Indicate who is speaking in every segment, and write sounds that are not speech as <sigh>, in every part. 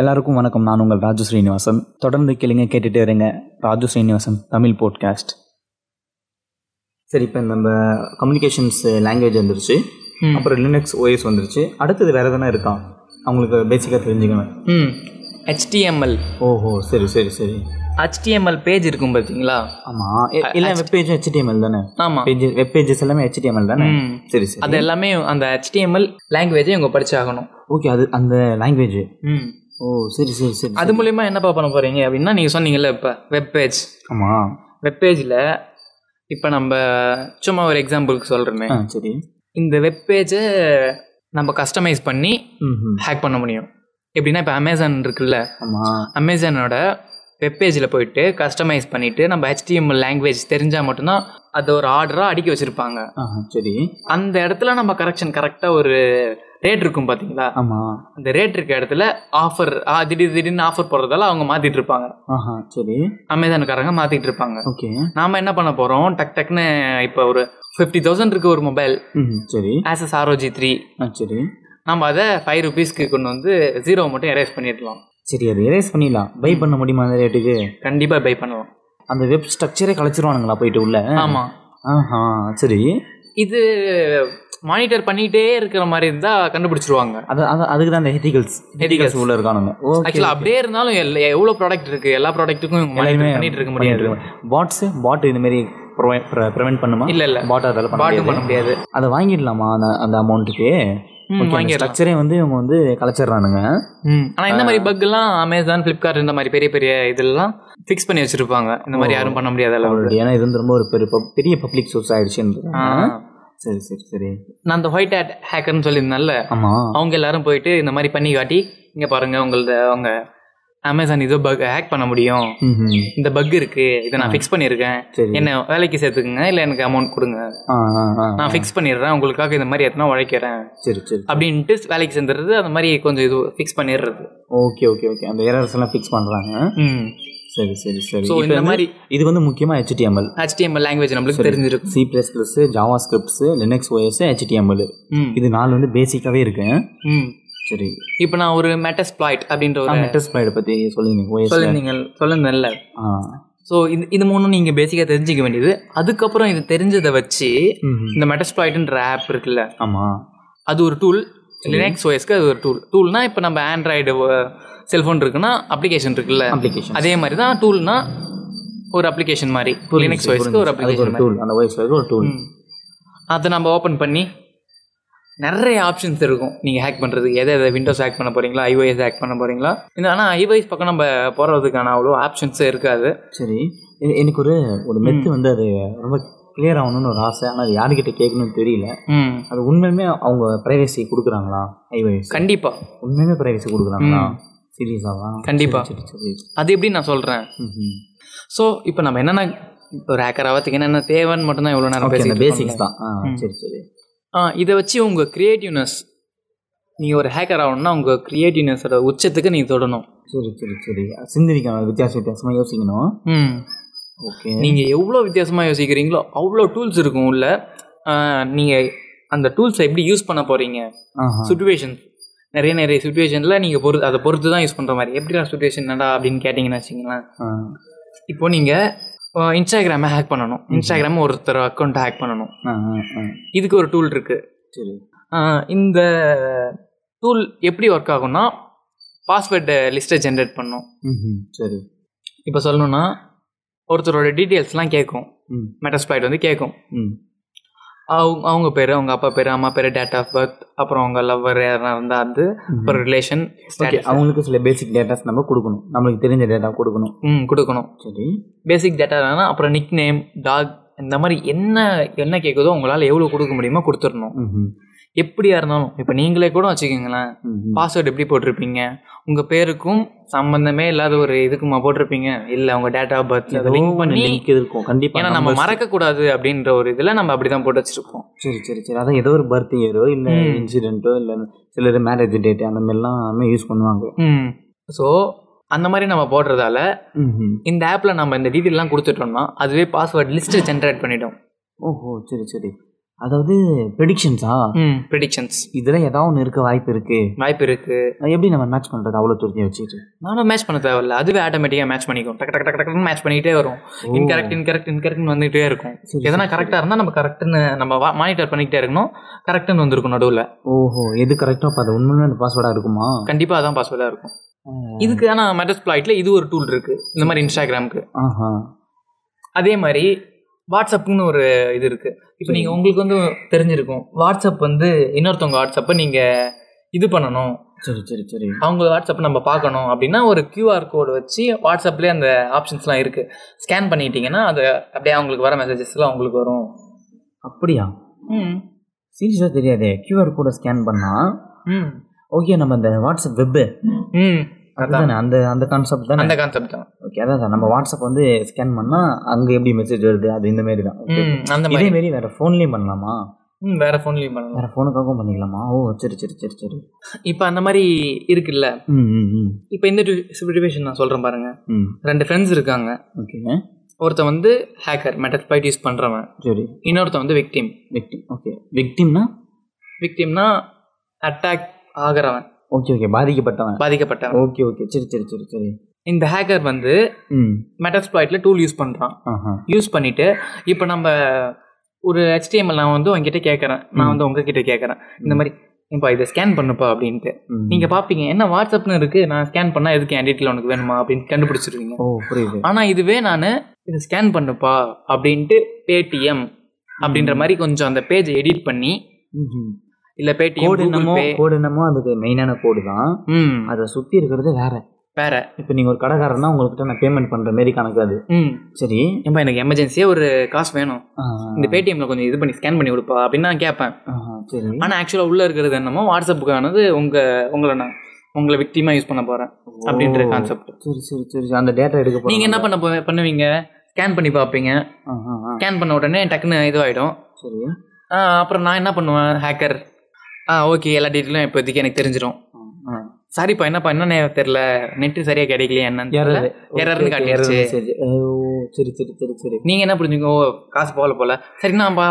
Speaker 1: எல்லாருக்கும் வணக்கம் நான் உங்கள் ராஜு ஸ்ரீனிவாசன் தொடர்ந்து கேளுங்க கேட்டுகிட்டே இருங்க ராஜு ஸ்ரீனிவாசன் தமிழ் போட்காஸ்ட் சரி இப்போ நம்ம கம்யூனிகேஷன்ஸ் லாங்குவேஜ் வந்துருச்சு
Speaker 2: ம்.
Speaker 1: அப்புறம் லினக்ஸ் ஓஎஸ் வந்துருச்சு அடுத்தது வேறு எதனா இருக்கா அவங்களுக்கு பேசிக்காக தெரிஞ்சுக்கணும்
Speaker 2: ம் ஹெச்டிஎம்எல்
Speaker 1: ஓஹோ சரி சரி சரி
Speaker 2: ஹெச்டிஎம்எல் பேஜ் இருக்கும் பார்த்தீங்களா
Speaker 1: ஆமாம் எல்லா வெப்பேஜும் ஹெச்டிஎம்எல் தானே
Speaker 2: ஆமாம்
Speaker 1: பேஜ் வெப்பேஜஸ் எல்லாமே ஹெச்டிஎம்எல் தானே
Speaker 2: ம்
Speaker 1: சரி சரி
Speaker 2: அது எல்லாமே அந்த ஹெச்டிஎம்எல் லாங்குவேஜை இவங்க படிச்சாகணும்
Speaker 1: ஓகே அது அந்த லாங்குவேஜ்
Speaker 2: ம்
Speaker 1: ஓ சரி சரி சரி
Speaker 2: அது மூலிமா என்னப்பா பண்ண போகிறீங்க அப்படின்னா நீங்கள் சொன்னீங்கல்ல இப்போ வெப்பேஜ்
Speaker 1: ஆமாம்
Speaker 2: வெப்பேஜில் இப்போ நம்ம சும்மா ஒரு எக்ஸாம்பிளுக்கு சொல்கிறோமே
Speaker 1: ஆ சரி
Speaker 2: இந்த வெப்பேஜை நம்ம கஸ்டமைஸ் பண்ணி
Speaker 1: ம்
Speaker 2: ஹேக் பண்ண முடியும் எப்படின்னா இப்போ அமேசான் இருக்குல்ல
Speaker 1: ஆமாம்
Speaker 2: அமேசானோட வெப்பேஜில் போயிட்டு கஸ்டமைஸ் பண்ணிவிட்டு நம்ம ஹெச்டிஎம்எல் லாங்குவேஜ் தெரிஞ்சால் மட்டும்தான் அதை ஒரு ஆர்டராக அடுக்கி வச்சுருப்பாங்க
Speaker 1: ஆ சரி
Speaker 2: அந்த இடத்துல நம்ம கரெக்ஷன் கரெக்டாக ஒரு ரேட் இருக்கும் பார்த்தீங்களா
Speaker 1: ஆமாம்
Speaker 2: அந்த ரேட் இருக்க இடத்துல ஆஃபர் திடீர் திடீர்னு ஆஃபர் போடுறதால அவங்க மாற்றிட்டு இருப்பாங்க
Speaker 1: ஆஹா சரி
Speaker 2: அமேசானுக்காரங்க மாற்றிட்டு இருப்பாங்க
Speaker 1: ஓகே
Speaker 2: நாம என்ன பண்ண போகிறோம் டக் டக்னு இப்போ ஒரு ஃபிஃப்டி தௌசண்ட் இருக்கு ஒரு மொபைல்
Speaker 1: ம் சரி
Speaker 2: ஆசஸ் ஆர்ஓஜி த்ரீ
Speaker 1: ஆ சரி
Speaker 2: நம்ம அதை ஃபைவ் ருபீஸ்க்கு கொண்டு வந்து ஜீரோ மட்டும் erase பண்ணிடலாம்
Speaker 1: சரி அது erase பண்ணிடலாம் பை பண்ண முடியுமா அந்த ரேட்டுக்கு
Speaker 2: கண்டிப்பாக பை பண்ணலாம்
Speaker 1: அந்த வெப் ஸ்ட்ரக்சரே கலைச்சிருவானுங்களா போயிட்டு உள்ள
Speaker 2: ஆமாம்
Speaker 1: ஆஹா சரி
Speaker 2: இது மானிட்டர் பண்ணிட்டே இருக்கிற மாதிரி இருந்தா கண்டுபிடிச்சிருவாங்க
Speaker 1: அது அது அதுக்கு தான் அந்த ஹெட்டிகல்ஸ் ஹெட்டிகல்ஸ் உள்ள இருக்கானுங்க ஓகே
Speaker 2: ஆக்சுவலா அப்படியே இருந்தாலும் எல்ல- எவ்வளவு ப்ராடக்ட் இருக்கு எல்லா ப்ராடக்ட்டுக்கும் இவங்க monitor பண்ணிட்டு இருக்க முடியாது
Speaker 1: பாட்ஸ் பாட் இந்த மாதிரி ப்ரிவென்ட் பண்ணுமா
Speaker 2: இல்ல இல்ல
Speaker 1: பாட் அதெல்லாம் பண்ண
Speaker 2: பாட்டு
Speaker 1: முடியாது.
Speaker 2: பண்ண முடியாது
Speaker 1: அதை வாங்கிடலாமா அந்த அந்த அமௌண்ட்டுக்கு
Speaker 2: ம், வாங்கிடலாம்
Speaker 1: ஸ்ட்ரக்சரே வந்து இவங்க வந்து கலைச்சிடுறானுங்க
Speaker 2: ம். ஆனா இந்த மாதிரி பக் எல்லாம் அமேசான் பிளிப்கார்ட் இந்த மாதிரி பெரிய பெரிய இதெல்லாம் ஃபிக்ஸ் பண்ணி வச்சிருப்பாங்க இந்த மாதிரி யாரும் பண்ண முடியாத அளவு
Speaker 1: அவங்களுடைய ஏன்னா இது வந்து ரொம்ப ஒரு பெரிய pub- பெரிய பப்ளிக் சோர்ஸ் ஆயிடுச்சுன்னு
Speaker 2: ஆ.
Speaker 1: சரி சரி சரி
Speaker 2: நான் அந்த ஒயிட் ஹேட் ஹேக்கர்னு சொல்லியிருந்தேன்ல
Speaker 1: ஆமா
Speaker 2: அவங்க எல்லாரும் போயிட்டு இந்த மாதிரி பண்ணி காட்டி இங்க பாருங்க உங்களது அவங்க அமேசான் இதோ பக் ஹேக் பண்ண முடியும்
Speaker 1: ம்
Speaker 2: இந்த பக் இருக்கு இதை நான் ஃபிக்ஸ் பண்ணியிருக்கேன்
Speaker 1: சரி
Speaker 2: என்ன வேலைக்கு சேர்த்துக்குங்க இல்லை எனக்கு அமௌண்ட் கொடுங்க
Speaker 1: ஆ ஆ ஆ
Speaker 2: நான் ஃபிக்ஸ் பண்ணிடுறேன் உங்களுக்காக இந்த மாதிரி எத்தனை உழைக்கிறேன்
Speaker 1: சரி சரி
Speaker 2: அப்படின்ட்டு வேலைக்கு சேர்ந்துடுறது அந்த மாதிரி கொஞ்சம் இது ஃபிக்ஸ் பண்ணிடுறது
Speaker 1: ஓகே ஓகே ஓகே அந்த எரர்ஸ் எல்லாம் ஃபிக்ஸ் பண்றாங்க
Speaker 2: ம்
Speaker 1: சரி சரி சரி
Speaker 2: ஸோ
Speaker 1: இப்போ
Speaker 2: இந்த
Speaker 1: வந்து-
Speaker 2: மாதிரி
Speaker 1: இது வந்து முக்கியமா ஹெச்டிஎம்எல்
Speaker 2: ஹெச்டிஎம்எல் லாங்குவேஜ் நம்மளுக்கு தெரிஞ்சிருக்கும்
Speaker 1: C plus plus Java scripts Linux OS HTML
Speaker 2: ம்
Speaker 1: இது நாலு வந்து பேசிக்காவே இருக்கு
Speaker 2: ம்
Speaker 1: சரி
Speaker 2: இப்போ நான் ஒரு மெட்டஸ்ப்ளாய்ட் அப்படின்ற ஒரு
Speaker 1: மெட்டஸ் பைடு பத்தி சொல்லியிருந்தீங்க ஓஎஸ்
Speaker 2: சொல்லிருந்தீங்க சொல்லுங்கல்ல
Speaker 1: ஆ
Speaker 2: ஸோ இது இது மூணும் நீங்கள் பேசிக்காக தெரிஞ்சுக்க வேண்டியது அதுக்கப்புறம் இது தெரிஞ்சதை வச்சு
Speaker 1: ம்ஹும்.
Speaker 2: இந்த மெட்டஸ்ப்ளாய்ட்ன்ற ஆப் இருக்குல்ல
Speaker 1: ஆமா
Speaker 2: அது ஒரு டூல் லினக்ஸ் ஓஎஸ்க்கு அது ஒரு டூல் டூல்னா இப்போ நம்ம ஆண்ட்ராய்டு செல்ஃபோன் இருக்குன்னா அப்ளிகேஷன் இருக்குல்ல
Speaker 1: அப்ளிகேஷன்
Speaker 2: அதே மாதிரி தான் டூல்னா ஒரு அப்ளிகேஷன் மாதிரி லினக்ஸ் ஓஎஸ்க்கு ஒரு
Speaker 1: அதுக்கு
Speaker 2: அப்ளிகேஷன்
Speaker 1: ஒரு டூல் அந்த ஓஎஸ் ஒரு டூல்
Speaker 2: அதை நம்ம ஓப்பன் பண்ணி நிறைய ஆப்ஷன்ஸ் இருக்கும் நீங்கள் ஹேக் பண்ணுறதுக்கு எதை எதை விண்டோஸ் ஹேக் பண்ண போகிறீங்களா ஐஓஎஸ் ஹேக் பண்ண போகிறீங்களா இந்த ஆனால் ஐஓஎஸ் பக்கம் நம்ம போகிறதுக்கான அவ்வளோ ஆப்ஷன்ஸே இருக்காது
Speaker 1: சரி எ- எனக்கு ஒரு ஒரு மெத்து வந்து அது ரொம்ப கிளியர் ஆகணும்னு ஒரு ஆசை ஆனால் அது யாருக்கிட்ட கேட்கணும்னு தெரியல
Speaker 2: ம்
Speaker 1: அது உண்மையுமே அவங்க ப்ரைவசி கொடுக்குறாங்களா ஐவைஸ்
Speaker 2: கண்டிப்பாக
Speaker 1: உண்மையுமே ப்ரைவசி கொடுக்குறாங்களா சீரியஸாவா
Speaker 2: கண்டிப்பாக
Speaker 1: சரி சரி
Speaker 2: அது எப்படி நான் சொல்கிறேன்
Speaker 1: ம்ஹும்.
Speaker 2: ஸோ இப்போ நம்ம என்னென்ன ஒரு ஹேக்கர் ஆகிறதுக்கு என்னென்ன தேவைன்னு மட்டும்தான் இவ்வளோ நேரம்
Speaker 1: ஓகே அந்த
Speaker 2: பேசிட்டு இருக்கோம்ல.
Speaker 1: பேசிக்ஸ் தான் ஆ சரி சரி
Speaker 2: ஆ இதை வச்சு உங்கள் க்ரியேட்டிவ்னஸ் நீங்கள் ஒரு ஹேக்கர் ஆகணும்னா உங்கள் க்ரியேட்டிவ்னஸோட உச்சத்துக்கு நீங்கள் தொடணும்
Speaker 1: சரி சரி சரி சிந்திக்கணும் வித்தியாச வித்தியாசமாக யோசிக்கணும்
Speaker 2: ம்
Speaker 1: ஓகே
Speaker 2: நீங்கள் எவ்வளோ வித்தியாசமாக யோசிக்கிறீங்களோ அவ்வளோ டூல்ஸ் இருக்கும் உள்ள நீங்கள் அந்த டூல்ஸை எப்படி யூஸ் பண்ண போகிறீங்க
Speaker 1: ஆஹா
Speaker 2: சுச்சுவேஷன் நிறைய நிறைய சுச்சுவேஷனில் நீங்கள் பொறு அதை பொறுத்து தான் யூஸ் பண்ணுற மாதிரி எப்படிடா சுச்சுவேஷன் என்னடா அப்படின்னு கேட்டிங்கன்னு வச்சிங்களேன்
Speaker 1: ஆ.
Speaker 2: இப்போ நீங்கள் இன்ஸ்டாகிராமை ஹேக் பண்ணணும் இன்ஸ்டாகிராம் ஒருத்தர் அக்கௌண்ட்டை ஹேக் பண்ணணும்
Speaker 1: ஆ, ஆ, ஆ.
Speaker 2: இதுக்கு ஒரு டூல் இருக்குது
Speaker 1: சரி
Speaker 2: இந்த டூல் எப்படி ஒர்க் ஆகும்னா பாஸ்வேர்டு லிஸ்ட்டை ஜென்ரேட் பண்ணும்
Speaker 1: ம்ஹும். சரி
Speaker 2: இப்போ சொல்லணும்னா ஒருத்தரோட டீட்டெயில்ஸ்லாம் கேட்கும்
Speaker 1: ம்
Speaker 2: மெட்டஸ்பாய்ட் வந்து கேட்கும்
Speaker 1: ம்
Speaker 2: அவங்க அவங்க பேர் அவங்க அப்பா பேர் அம்மா பேர் டேட் ஆஃப் பர்த் அப்புறம் அவங்க லவ்வர் யாரா இருந்தால் அது அப்புறம் ரிலேஷன்
Speaker 1: ஓகே அவங்களுக்கு சில பேசிக் டேட்டாஸ் நம்ம கொடுக்கணும் நம்மளுக்கு தெரிஞ்ச டேட்டா கொடுக்கணும்
Speaker 2: ம் கொடுக்கணும்
Speaker 1: சரி
Speaker 2: பேசிக் டேட்டா என்னன்னா அப்புறம் நிக் நேம் டாக் இந்த மாதிரி என்ன என்ன கேட்குதோ உங்களால் எவ்வளோ கொடுக்க முடியுமோ கொடுத்துடணும்
Speaker 1: ம்ஹும்.
Speaker 2: எப்படியா இருந்தாலும் இப்போ நீங்களே கூட வச்சுக்கோங்களேன்
Speaker 1: ம்ஹும்.
Speaker 2: பாஸ்வேர்டு எப்படி போட்டிருப்பீங்க உங்கள் பேருக்கும் சம்பந்தமே இல்லாத ஒரு இதுக்குமா போட்டிருப்பீங்க இல்லை உங்கள் டேட் ஆஃப் பர்த் லிங்க் பண்ணி
Speaker 1: லிங்க் இருக்கும் கண்டிப்பா
Speaker 2: ஏன்னா நம்ம மறக்கக்கூடாது அப்படின்ற ஒரு இதில் நம்ம அப்படி தான் போட்டு வச்சிருப்போம்
Speaker 1: சரி சரி சரி அதான் ஏதோ ஒரு பர்த் இயரோ இல்லை இன்சிடென்ட்டோ இல்லை சிலர் மேரேஜ் டேட் அந்த மாதிரிலாம் யூஸ் பண்ணுவாங்க
Speaker 2: ம் ஸோ அந்த மாதிரி நம்ம போடுறதால இந்த ஆப்பில் நம்ம இந்த டீட்டெயிலாம் கொடுத்துட்டோம்னா அதுவே பாஸ்வேர்ட் லிஸ்ட்டு ஜென்ரேட் பண்ணிடும்
Speaker 1: ஓஹோ சரி சரி அதாவது ப்ரெடிக்ஷன்ஸா
Speaker 2: ம் ப்ரெடிக்ஷன்ஸ்
Speaker 1: இதில் ஏதாவது ஒன்று இருக்க வாய்ப்பு இருக்கு
Speaker 2: வாய்ப்பு இருக்குது
Speaker 1: அது எப்படி நம்ம மேட்ச் பண்ணுறது அவ்வளோ துருத்தி வச்சுட்டு
Speaker 2: நானும் மேட்ச் பண்ண தேவையில்ல அதுவே ஆட்டோமேட்டிக்காக மேட்ச் பண்ணிக்கும் டக்கு டக்கு டக்கு டக்குன்னு மேட்ச் பண்ணிக்கிட்டே வரும் இன்கரெக்ட் இன்கரெக்ட் இன்கரெக்ட்னு வந்துகிட்டே இருக்கும்
Speaker 1: சரி,
Speaker 2: எதனா கரெக்டாக இருந்தால் நம்ம கரெக்டுன்னு நம்ம மானிட்டர் பண்ணிக்கிட்டே இருக்கணும் கரெக்டுன்னு வந்திருக்கும் நடுவில்
Speaker 1: ஓஹோ எது கரெக்டோ அப்போ அது உண்மையிலே அந்த பாஸ்வேர்டாக இருக்குமா
Speaker 2: கண்டிப்பாக அதான் பாஸ்வேர்டாக இருக்கும் இதுக்கு ஆனால் மெட்டஸ் பிளாய்ட்ல இது ஒரு டூல் இருக்குது இந்த மாதிரி இன்ஸ்டாகிராமுக்கு
Speaker 1: ஆஹா
Speaker 2: அதே மாதிரி வாட்ஸ்அப்னு ஒரு இது இருக்குது இப்போ நீங்கள் உங்களுக்கு வந்து தெரிஞ்சிருக்கும் வாட்ஸ்அப் வந்து இன்னொருத்தவங்க வாட்ஸ்அப்பை நீங்கள் இது பண்ணணும்
Speaker 1: சரி சரி சரி
Speaker 2: அவங்க வாட்ஸ்அப்பை நம்ம பார்க்கணும் அப்படின்னா ஒரு கியூஆர் கோடு வச்சு வாட்ஸ்அப்லேயே அந்த ஆப்ஷன்ஸ்லாம் இருக்குது ஸ்கேன் பண்ணிட்டீங்கன்னா அது அப்படியே அவங்களுக்கு வர மெசேஜஸ்லாம் அவங்களுக்கு வரும்
Speaker 1: அப்படியா
Speaker 2: ம்
Speaker 1: சீரியஸாக தெரியாதே கியூஆர் கோடை ஸ்கேன் பண்ணால்
Speaker 2: ம்
Speaker 1: ஓகே நம்ம அந்த வாட்ஸ்அப் வெப்பு
Speaker 2: ம் அதான்
Speaker 1: அதுதானே அந்த அந்த கான்செப்ட் தானே
Speaker 2: அந்த கான்செப்ட் தான்
Speaker 1: ஓகே அதான் sir. நம்ம வாட்ஸ்அப் வந்து ஸ்கேன் பண்ணால் அங்கே எப்படி மெசேஜ் வருது அது இந்த மாரி தான் Okay.
Speaker 2: ம் அந்த
Speaker 1: இதே
Speaker 2: மாதிரி
Speaker 1: மாரி வேற ஃபோன்லேயும் பண்ணலாமா
Speaker 2: ம் வேற ஃபோன்லேயும் பண்ணலாம்
Speaker 1: வேற ஃபோனுக்காகவும் பண்ணிக்கலாமா ஓ சரி சரி சரி சரி
Speaker 2: இப்போ அந்த மாதிரி இருக்குல்ல
Speaker 1: ம் ம் ம்
Speaker 2: இப்போ இந்த சுச்சுவேஷன் நான் சொல்கிறேன் பாருங்க
Speaker 1: ம்
Speaker 2: ரெண்டு ஃப்ரெண்ட்ஸ் இருக்காங்க
Speaker 1: ஓகே
Speaker 2: ஒருத்தன் வந்து ஹேக்கர் மெட்டல் பைட் யூஸ் பண்ணுறவன்
Speaker 1: சரி
Speaker 2: இன்னொருத்தன் வந்து விக்டிம்
Speaker 1: விக்டிம் ஓகே விக்டிம்னா
Speaker 2: விக்டிம்னா அட்டாக் ஆகிறவன்
Speaker 1: ஓகே ஓகே பாதிக்கப்பட்டவன்
Speaker 2: பாதிக்கப்பட்டவன்
Speaker 1: ஓகே ஓகே சரி சரி சரி சரி
Speaker 2: இந்த ஹேக்கர் வந்து
Speaker 1: ம்
Speaker 2: மெட்டஸ்பிளாய்ட்டில் டூல் யூஸ் பண்ணுறான்
Speaker 1: ஆஹா
Speaker 2: யூஸ் பண்ணிவிட்டு இப்போ நம்ம ஒரு HTML நான் வந்து உங்ககிட்ட கேட்குறேன் நான் வந்து உங்ககிட்ட கேட்குறேன் இந்த மாதிரி இப்போ இதை ஸ்கேன் பண்ணுப்பா அப்படின்ட்டு
Speaker 1: ம்.
Speaker 2: நீங்கள் பார்ப்பீங்க என்ன வாட்ஸ்அப்னு இருக்குது நான் ஸ்கேன் பண்ணால் எதுக்கு என் டீட்டெயில் உனக்கு வேணுமா அப்படின்னு கண்டுபிடிச்சிருவீங்க
Speaker 1: ஓ புரியுது
Speaker 2: ஆனால் இதுவே நான் இதை ஸ்கேன் பண்ணுப்பா அப்படின்ட்டு பேடிஎம் அப்படின்ற மாதிரி கொஞ்சம் அந்த பேஜை எடிட் பண்ணி
Speaker 1: ம்ஹும்.
Speaker 2: இல்லை பேடிஎம்
Speaker 1: கோடு என்னமோ கோடு என்னமோ அதுக்கு மெயினான கோடு தான்
Speaker 2: ம்
Speaker 1: அதை சுற்றி இருக்கிறது வேற
Speaker 2: வேற
Speaker 1: இப்போ நீங்கள் ஒரு கடைக்காரன்னா உங்கள்கிட்ட நான் பேமெண்ட் பண்ணுற மாரி கணக்கு அது
Speaker 2: ம்
Speaker 1: சரி
Speaker 2: ஏம்பா எனக்கு எமர்ஜென்சியாக ஒரு காசு வேணும்
Speaker 1: ஆ,
Speaker 2: இந்த பேடிஎம்ல கொஞ்சம் இது பண்ணி ஸ்கேன் பண்ணி கொடுப்பா அப்படின்னு நான் கேட்பேன்
Speaker 1: ஆ, சரி
Speaker 2: ஆனால் ஆக்சுவலாக உள்ள இருக்கிறது என்னமோ வாட்ஸ்அப்புக்கானது உங்க உங்களை நான் உங்களை விக்டிமா யூஸ் பண்ண போறேன் அப்படின்ற
Speaker 1: ஓ.
Speaker 2: கான்செப்ட்
Speaker 1: சரி சரி சரி சரி. அந்த டேட்டா எடுக்க போறோம்.
Speaker 2: நீங்க என்ன பண்ண போ- பண்ணுவீங்க ஸ்கேன் பண்ணி பார்ப்பீங்க
Speaker 1: ஆ, ஆ, ஆ.
Speaker 2: ஸ்கேன் பண்ண உடனே டக்குன்னு இதுவாயிடும்
Speaker 1: சரி
Speaker 2: ஆ, அப்புறம் நான் என்ன பண்ணுவேன் ஹேக்கர் ஆ ஓகே எல்லா டீட்டெயிலும் இப்போதைக்கு எனக்கு தெரிஞ்சிடும்
Speaker 1: ஆ, ஆ.
Speaker 2: சாரிப்பா என்னப்பா என்னன்னு தெரியல நெட் சரியா கிடைக்கலையா என்னன்னு
Speaker 1: Error.
Speaker 2: தெரியல.
Speaker 1: Okay,
Speaker 2: error னு
Speaker 1: okay,
Speaker 2: காட்டிடுச்சு.
Speaker 1: error message. ஓ, சரி சரி சரி சரி
Speaker 2: நீங்க என்ன புரிஞ்சுங்க ஓ காசு போகல போல சரி நான் பா-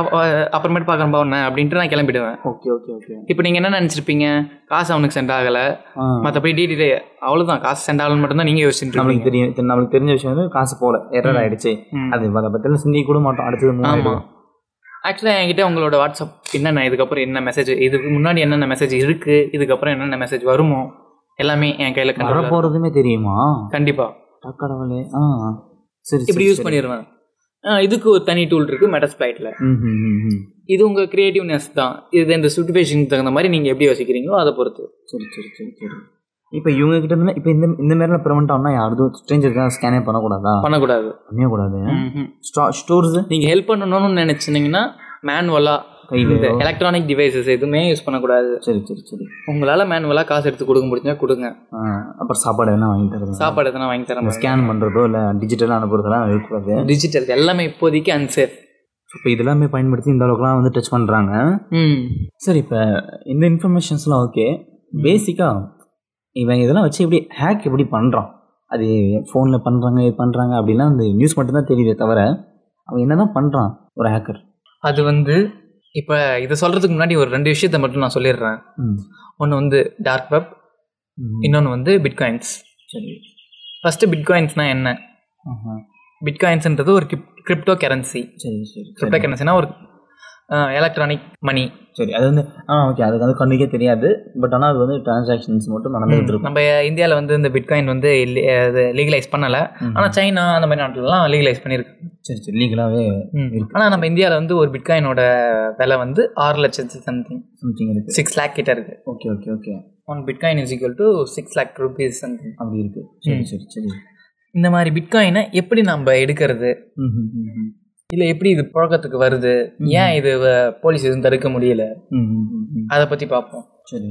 Speaker 2: அப்புறமேட்டு பார்க்குறேன்பா உன்ன அப்படின்ட்டு நான் கிளம்பிடுவேன்
Speaker 1: ஓகே ஓகே ஓகே
Speaker 2: இப்போ நீங்கள் என்ன நினச்சிருப்பீங்க காசு அவனுக்கு சென்ட் ஆகலை
Speaker 1: ஆ.
Speaker 2: மற்றபடி டீட்டெயில் அவ்வளோதான் காசு சென்ட் ஆகலன்னு மட்டும்தான் நீங்கள் யோசிச்சுட்டு
Speaker 1: நம்மளுக்கு தெரியும் தெரி- நம்மளுக்கு தெரிஞ்ச விஷயம் வந்து காசு போல எரர் ஆயிடுச்சு
Speaker 2: ம்.
Speaker 1: அது அதை பத்திலாம் சிந்திக்க கூட மாட்டோம் அடுத்தது move ஆயிடுவோம்.
Speaker 2: ஆக்சுவலாக என்கிட்ட உங்களோட வாட்ஸ்அப் என்னென்ன இதுக்கப்புறம் என்ன மெசேஜ் இதுக்கு முன்னாடி என்னென்ன மெசேஜ் இருக்குது இதுக்கப்புறம் என்னென்ன மெசேஜ் வருமோ எல்லாமே என் கையில் கண்டிப்பாக
Speaker 1: வரப்போறதுமே தெரியுமா
Speaker 2: கண்டிப்பாக
Speaker 1: அக்கடவுளே ஆ சரி
Speaker 2: இப்படி யூஸ் பண்ணிடுவேன் ஆ, இதுக்கு ஒரு தனி டூல் இருக்குது மெட்டஸ்பைட்டில்
Speaker 1: பண்ணி
Speaker 2: இது உங்கள் க்ரியேட்டிவ்னஸ் தான் இது இந்த சுச்சுவேஷனுக்கு தகுந்த மாதிரி நீங்கள் எப்படி யோசிக்கிறீங்களோ அதை பொறுத்து
Speaker 1: சரி சரி சரி சரி இப்போ இவங்க கிட்ட இருந்தா இப்போ இந்த இந்த மாதிரிலாம் ப்ரிவெண்ட் ஆகும்னா யாரும் ஸ்ட்ரேஞ்சர் தான் ஸ்கேனே பண்ணக்கூடாதா
Speaker 2: பண்ணக்கூடாது
Speaker 1: பண்ணக்கூடாது ஸ்டோர்ஸ்
Speaker 2: நீங்கள் ஹெல்ப் பண்ணணும்னு நினச்சிங்கன்னா மேனுவலாக
Speaker 1: கையில்
Speaker 2: இந்த எலக்ட்ரானிக் டிவைசஸ் எதுவுமே யூஸ் பண்ணக்கூடாது
Speaker 1: சரி சரி சரி
Speaker 2: உங்களால மேனுவலா காசு எடுத்து கொடுக்க முடிஞ்சா கொடுங்க
Speaker 1: ஆ, அப்புறம் சாப்பாடு வேணா வாங்கி தரது
Speaker 2: சாப்பாடு எதனா வாங்கி தர முடியும்
Speaker 1: ஸ்கேன் பண்ணுறதோ இல்லை டிஜிட்டலாக அனுப்புறதெல்லாம் இருக்கக்கூடாது
Speaker 2: டிஜிட்டல் எல்லாமே இப்போதைக்கு அன்சேஃப்
Speaker 1: இப்போ இதெல்லாமே பயன்படுத்தி இந்த அளவுக்குலாம் வந்து டச் பண்ணுறாங்க
Speaker 2: ம்
Speaker 1: சரி இப்போ இந்த இன்ஃபர்மேஷன்ஸ்லாம் ஓகே பேசிக்காக இவன் இதெல்லாம் வச்சு எப்படி ஹேக் எப்படி பண்ணுறான் அது ஃபோனில் பண்ணுறாங்க இது பண்ணுறாங்க அப்படின்னா அந்த நியூஸ் மட்டும்தான் தெரியுதே தவிர அவன் என்னதான் பண்ணுறான் ஒரு ஹேக்கர்
Speaker 2: அது வந்து இப்போ இதை சொல்றதுக்கு முன்னாடி ஒரு ரெண்டு விஷயத்த மட்டும் நான் சொல்லிடுறேன்
Speaker 1: ம்
Speaker 2: ஒன்று வந்து டார்க் வெப்
Speaker 1: இன்னும்
Speaker 2: இன்னொன்று வந்து பிட்காயின்ஸ்
Speaker 1: சரி
Speaker 2: ஃபஸ்ட்டு பிட்காயின்ஸ்னால் என்ன
Speaker 1: ஆஹா.
Speaker 2: பிட்காயின்ஸ்ன்றது ஒரு கிரிப்டோ கரன்சி
Speaker 1: சரி சரி
Speaker 2: கிரிப்டோ கரன்சினா ஒரு எலக்ட்ரானிக் மணி
Speaker 1: சரி அது வந்து ஆ ஓகே அதுக்கு வந்து கண்ணுக்கே தெரியாது பட் ஆனால் அது வந்து டிரான்சாக்ஷன்ஸ் மட்டும் நடந்துகிட்டு இருக்கும்
Speaker 2: நம்ம இந்தியாவில் வந்து இந்த பிட்காயின் வந்து லீகலைஸ் பண்ணலை
Speaker 1: ம்.
Speaker 2: ஆனால் சைனா அந்த மாதிரி நாட்டிலலாம் லீகலைஸ் பண்ணியிருக்கு
Speaker 1: சரி சரி லீகலாகவே இருக்கு.
Speaker 2: ஆனால் நம்ம இந்தியாவில் வந்து ஒரு பிட்காயினோட விலை வந்து ஆறு லட்சத்து சம்திங்
Speaker 1: சம்திங் இருக்குது
Speaker 2: சிக்ஸ் லேக் கிட்ட இருக்கு
Speaker 1: okay okay okay
Speaker 2: one bitcoin is equal to six lakh rupees something
Speaker 1: அப்படி இருக்கு சரி
Speaker 2: ம்.
Speaker 1: சரி சரி
Speaker 2: இந்த மாதிரி பிட்காயினை எப்படி நம்ம எடுக்கிறது
Speaker 1: ம் ம், ம், ம்.
Speaker 2: இல்லை எப்படி இது புழக்கத்துக்கு வருது
Speaker 1: ம்.
Speaker 2: ஏன் இது அஹ், போலீஸ் எதுவும் தடுக்க முடியல
Speaker 1: ம், ம், ம், ம்.
Speaker 2: அதை பற்றி பார்ப்போம்
Speaker 1: சரி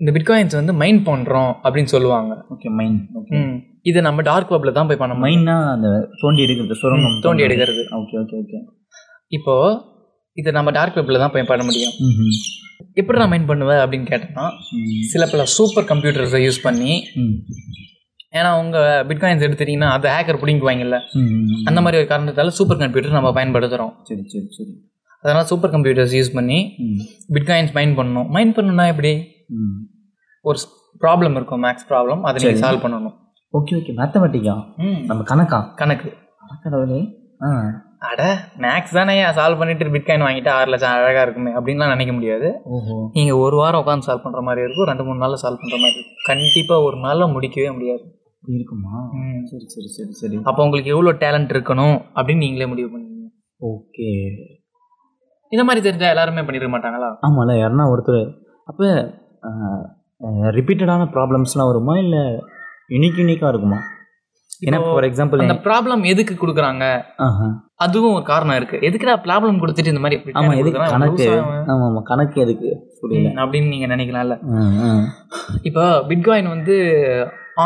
Speaker 2: இந்த பிட்காயின்ஸ் வந்து மைன் பண்ணுறோம் அப்படின்னு சொல்லுவாங்க
Speaker 1: ஓகே மைன் ஓகே
Speaker 2: ம். இது நம்ம டார்க் வெப்பில் தான் போய் பண்ண மைன்
Speaker 1: மைன்னா அந்த தோண்டி எடுக்கிறது சுரங்கம்
Speaker 2: தோண்டி எடுக்கிறது
Speaker 1: ஓகே ஓகே ஓகே
Speaker 2: இப்போது இது நம்ம டார்க் வெப்பில் தான் போய் பண்ண முடியும்
Speaker 1: ம் ம்.
Speaker 2: எப்படி நான் மைன் பண்ணுவேன் அப்படின்னு கேட்டோம்னா
Speaker 1: ம்.
Speaker 2: சில பல சூப்பர் கம்ப்யூட்டர்ஸை யூஸ் பண்ணி
Speaker 1: ம்.
Speaker 2: ஏன்னா உங்க பிட்காயின்ஸ் எடுத்துட்டீங்கன்னா அதை ஹேக்கர் பிடிங்குவாங்கல்ல
Speaker 1: ம், ம், ம்.
Speaker 2: அந்த மாதிரி ஒரு காரணத்தால சூப்பர் கம்ப்யூட்டர் நம்ம பயன்படுத்துகிறோம்
Speaker 1: சரி சரி சரி
Speaker 2: அதனால் சூப்பர் கம்ப்யூட்டர்ஸ் யூஸ் பண்ணி பிட்காயின்ஸ் மைன் பண்ணணும் மைன் பண்ணணும்னா எப்படி ஒரு ப்ராப்ளம் இருக்கும் மேக்ஸ் ப்ராப்ளம் அதை நீங்கள் சால்வ் பண்ணணும்
Speaker 1: ஓகே ஓகே மேத்தமெட்டிக்கா
Speaker 2: ம்
Speaker 1: நம்ம கணக்கா
Speaker 2: கணக்கு
Speaker 1: அடக்கடவுளே ஆ
Speaker 2: அட மேக்ஸ் தானே சால்வ் பண்ணிட்டு பிட்காயின் வாங்கிட்டு ஆறு லட்சம் அழகாக இருக்குமே அப்படின்லாம் நினைக்க முடியாது
Speaker 1: ஓஹோ
Speaker 2: நீங்கள் ஒரு வாரம் உட்காந்து சால்வ் பண்ணுற மாதிரி இருக்கும் ரெண்டு மூணு நாளில் சால்வ் பண்ணுற மாதிரி இருக்கும் கண்டிப்பாக ஒரு நாளில் முடிக்கவே முடியாது
Speaker 1: இப்படி இருக்குமா சரி சரி சரி சரி
Speaker 2: அப்போ உங்களுக்கு எவ்வளோ டேலண்ட் இருக்கணும் அப்படின்னு நீங்களே முடிவு பண்ணுவீங்க
Speaker 1: ஓகே
Speaker 2: இந்த மாதிரி தெரிஞ்சால் எல்லாருமே பண்ணிருக்க மாட்டாங்களா
Speaker 1: ஆமாம்ல யாருன்னா ஒருத்தர் அப்போ ரிப்பீட்டடான ப்ராப்ளம்ஸ்லாம் வருமா இல்லை யூனிக் யூனிக்காக இருக்குமா ஏன்னா ஃபார் எக்ஸாம்பிள்
Speaker 2: அந்த ப்ராப்ளம் எதுக்கு கொடுக்குறாங்க
Speaker 1: ஆஹா
Speaker 2: அதுவும் ஒரு காரணம் இருக்கு எதுக்குடா ப்ராப்ளம் கொடுத்துட்டு இந்த மாதிரி
Speaker 1: ஆமா
Speaker 2: பிட்காயின்
Speaker 1: எதுக்கு
Speaker 2: கொடுக்குறான்,
Speaker 1: கணக்கு
Speaker 2: லூசா அவன்.
Speaker 1: ஆமா ஆமா கணக்கு எதுக்கு புரியல
Speaker 2: ம், அப்படின்னு நீங்க நினைக்கலாம்ல
Speaker 1: ஆ, ஆ.
Speaker 2: இப்போ பிட்காயின் வந்து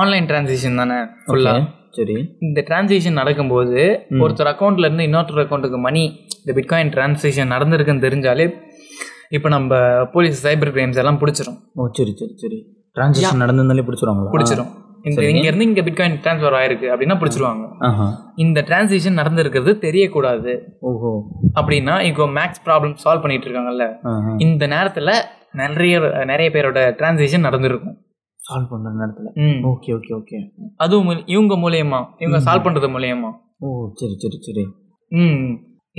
Speaker 2: ஆன்லைன் டிரான்சேக்ஷன் தானே ஃபுல்லா
Speaker 1: Okay. சரி
Speaker 2: இந்த டிரான்சேக்ஷன் நடக்கும்போது
Speaker 1: ம்.
Speaker 2: ஒருத்தர் அக்கௌண்ட்ல இருந்து இன்னொருத்தர் அக்கௌண்ட்டுக்கு மணி இந்த பிட்காயின் டிரான்சேக்ஷன் நடந்திருக்குன்னு தெரிஞ்சாலே இப்போ நம்ம போலீஸ் சைபர் கிரைம்ஸ் எல்லாம் பிடிச்சிரும்
Speaker 1: ஓ சரி சரி சரி டிரான்சாக்ஷன் நடந்திருந்தாலே பிடிச்சிருவாங்களா
Speaker 2: பிடிச்சிரும் இந்த
Speaker 1: சரி.
Speaker 2: இங்க இருந்து இங்க பிட்காயின் டிரான்ஸ்ஃபர் ஆயிருக்கு அப்படின்னா பிடிச்சிருவாங்க
Speaker 1: ஆஹா
Speaker 2: இந்த டிரான்சேக்ஷன் நடந்திருக்கிறது தெரியக்கூடாது
Speaker 1: ஓஹோ
Speaker 2: அப்படின்னா இப்போ மேக்ஸ் ப்ராப்ளம் சால்வ் பண்ணிட்டு இருக்காங்கல்ல
Speaker 1: ஆஹா
Speaker 2: இந்த நேரத்துல நிறைய நிறைய பேரோட டிரான்சேக்ஷன் நடந்திருக்கும்
Speaker 1: சால்வ் பண்ற நேரத்துல
Speaker 2: ம்.
Speaker 1: ஓகே ஓகே ஓகே
Speaker 2: அதுவும் மூல- இவங்க மூலியமா இவங்க சால்வ் பண்றது மூலியமா
Speaker 1: ஓ சரி சரி சரி
Speaker 2: ம்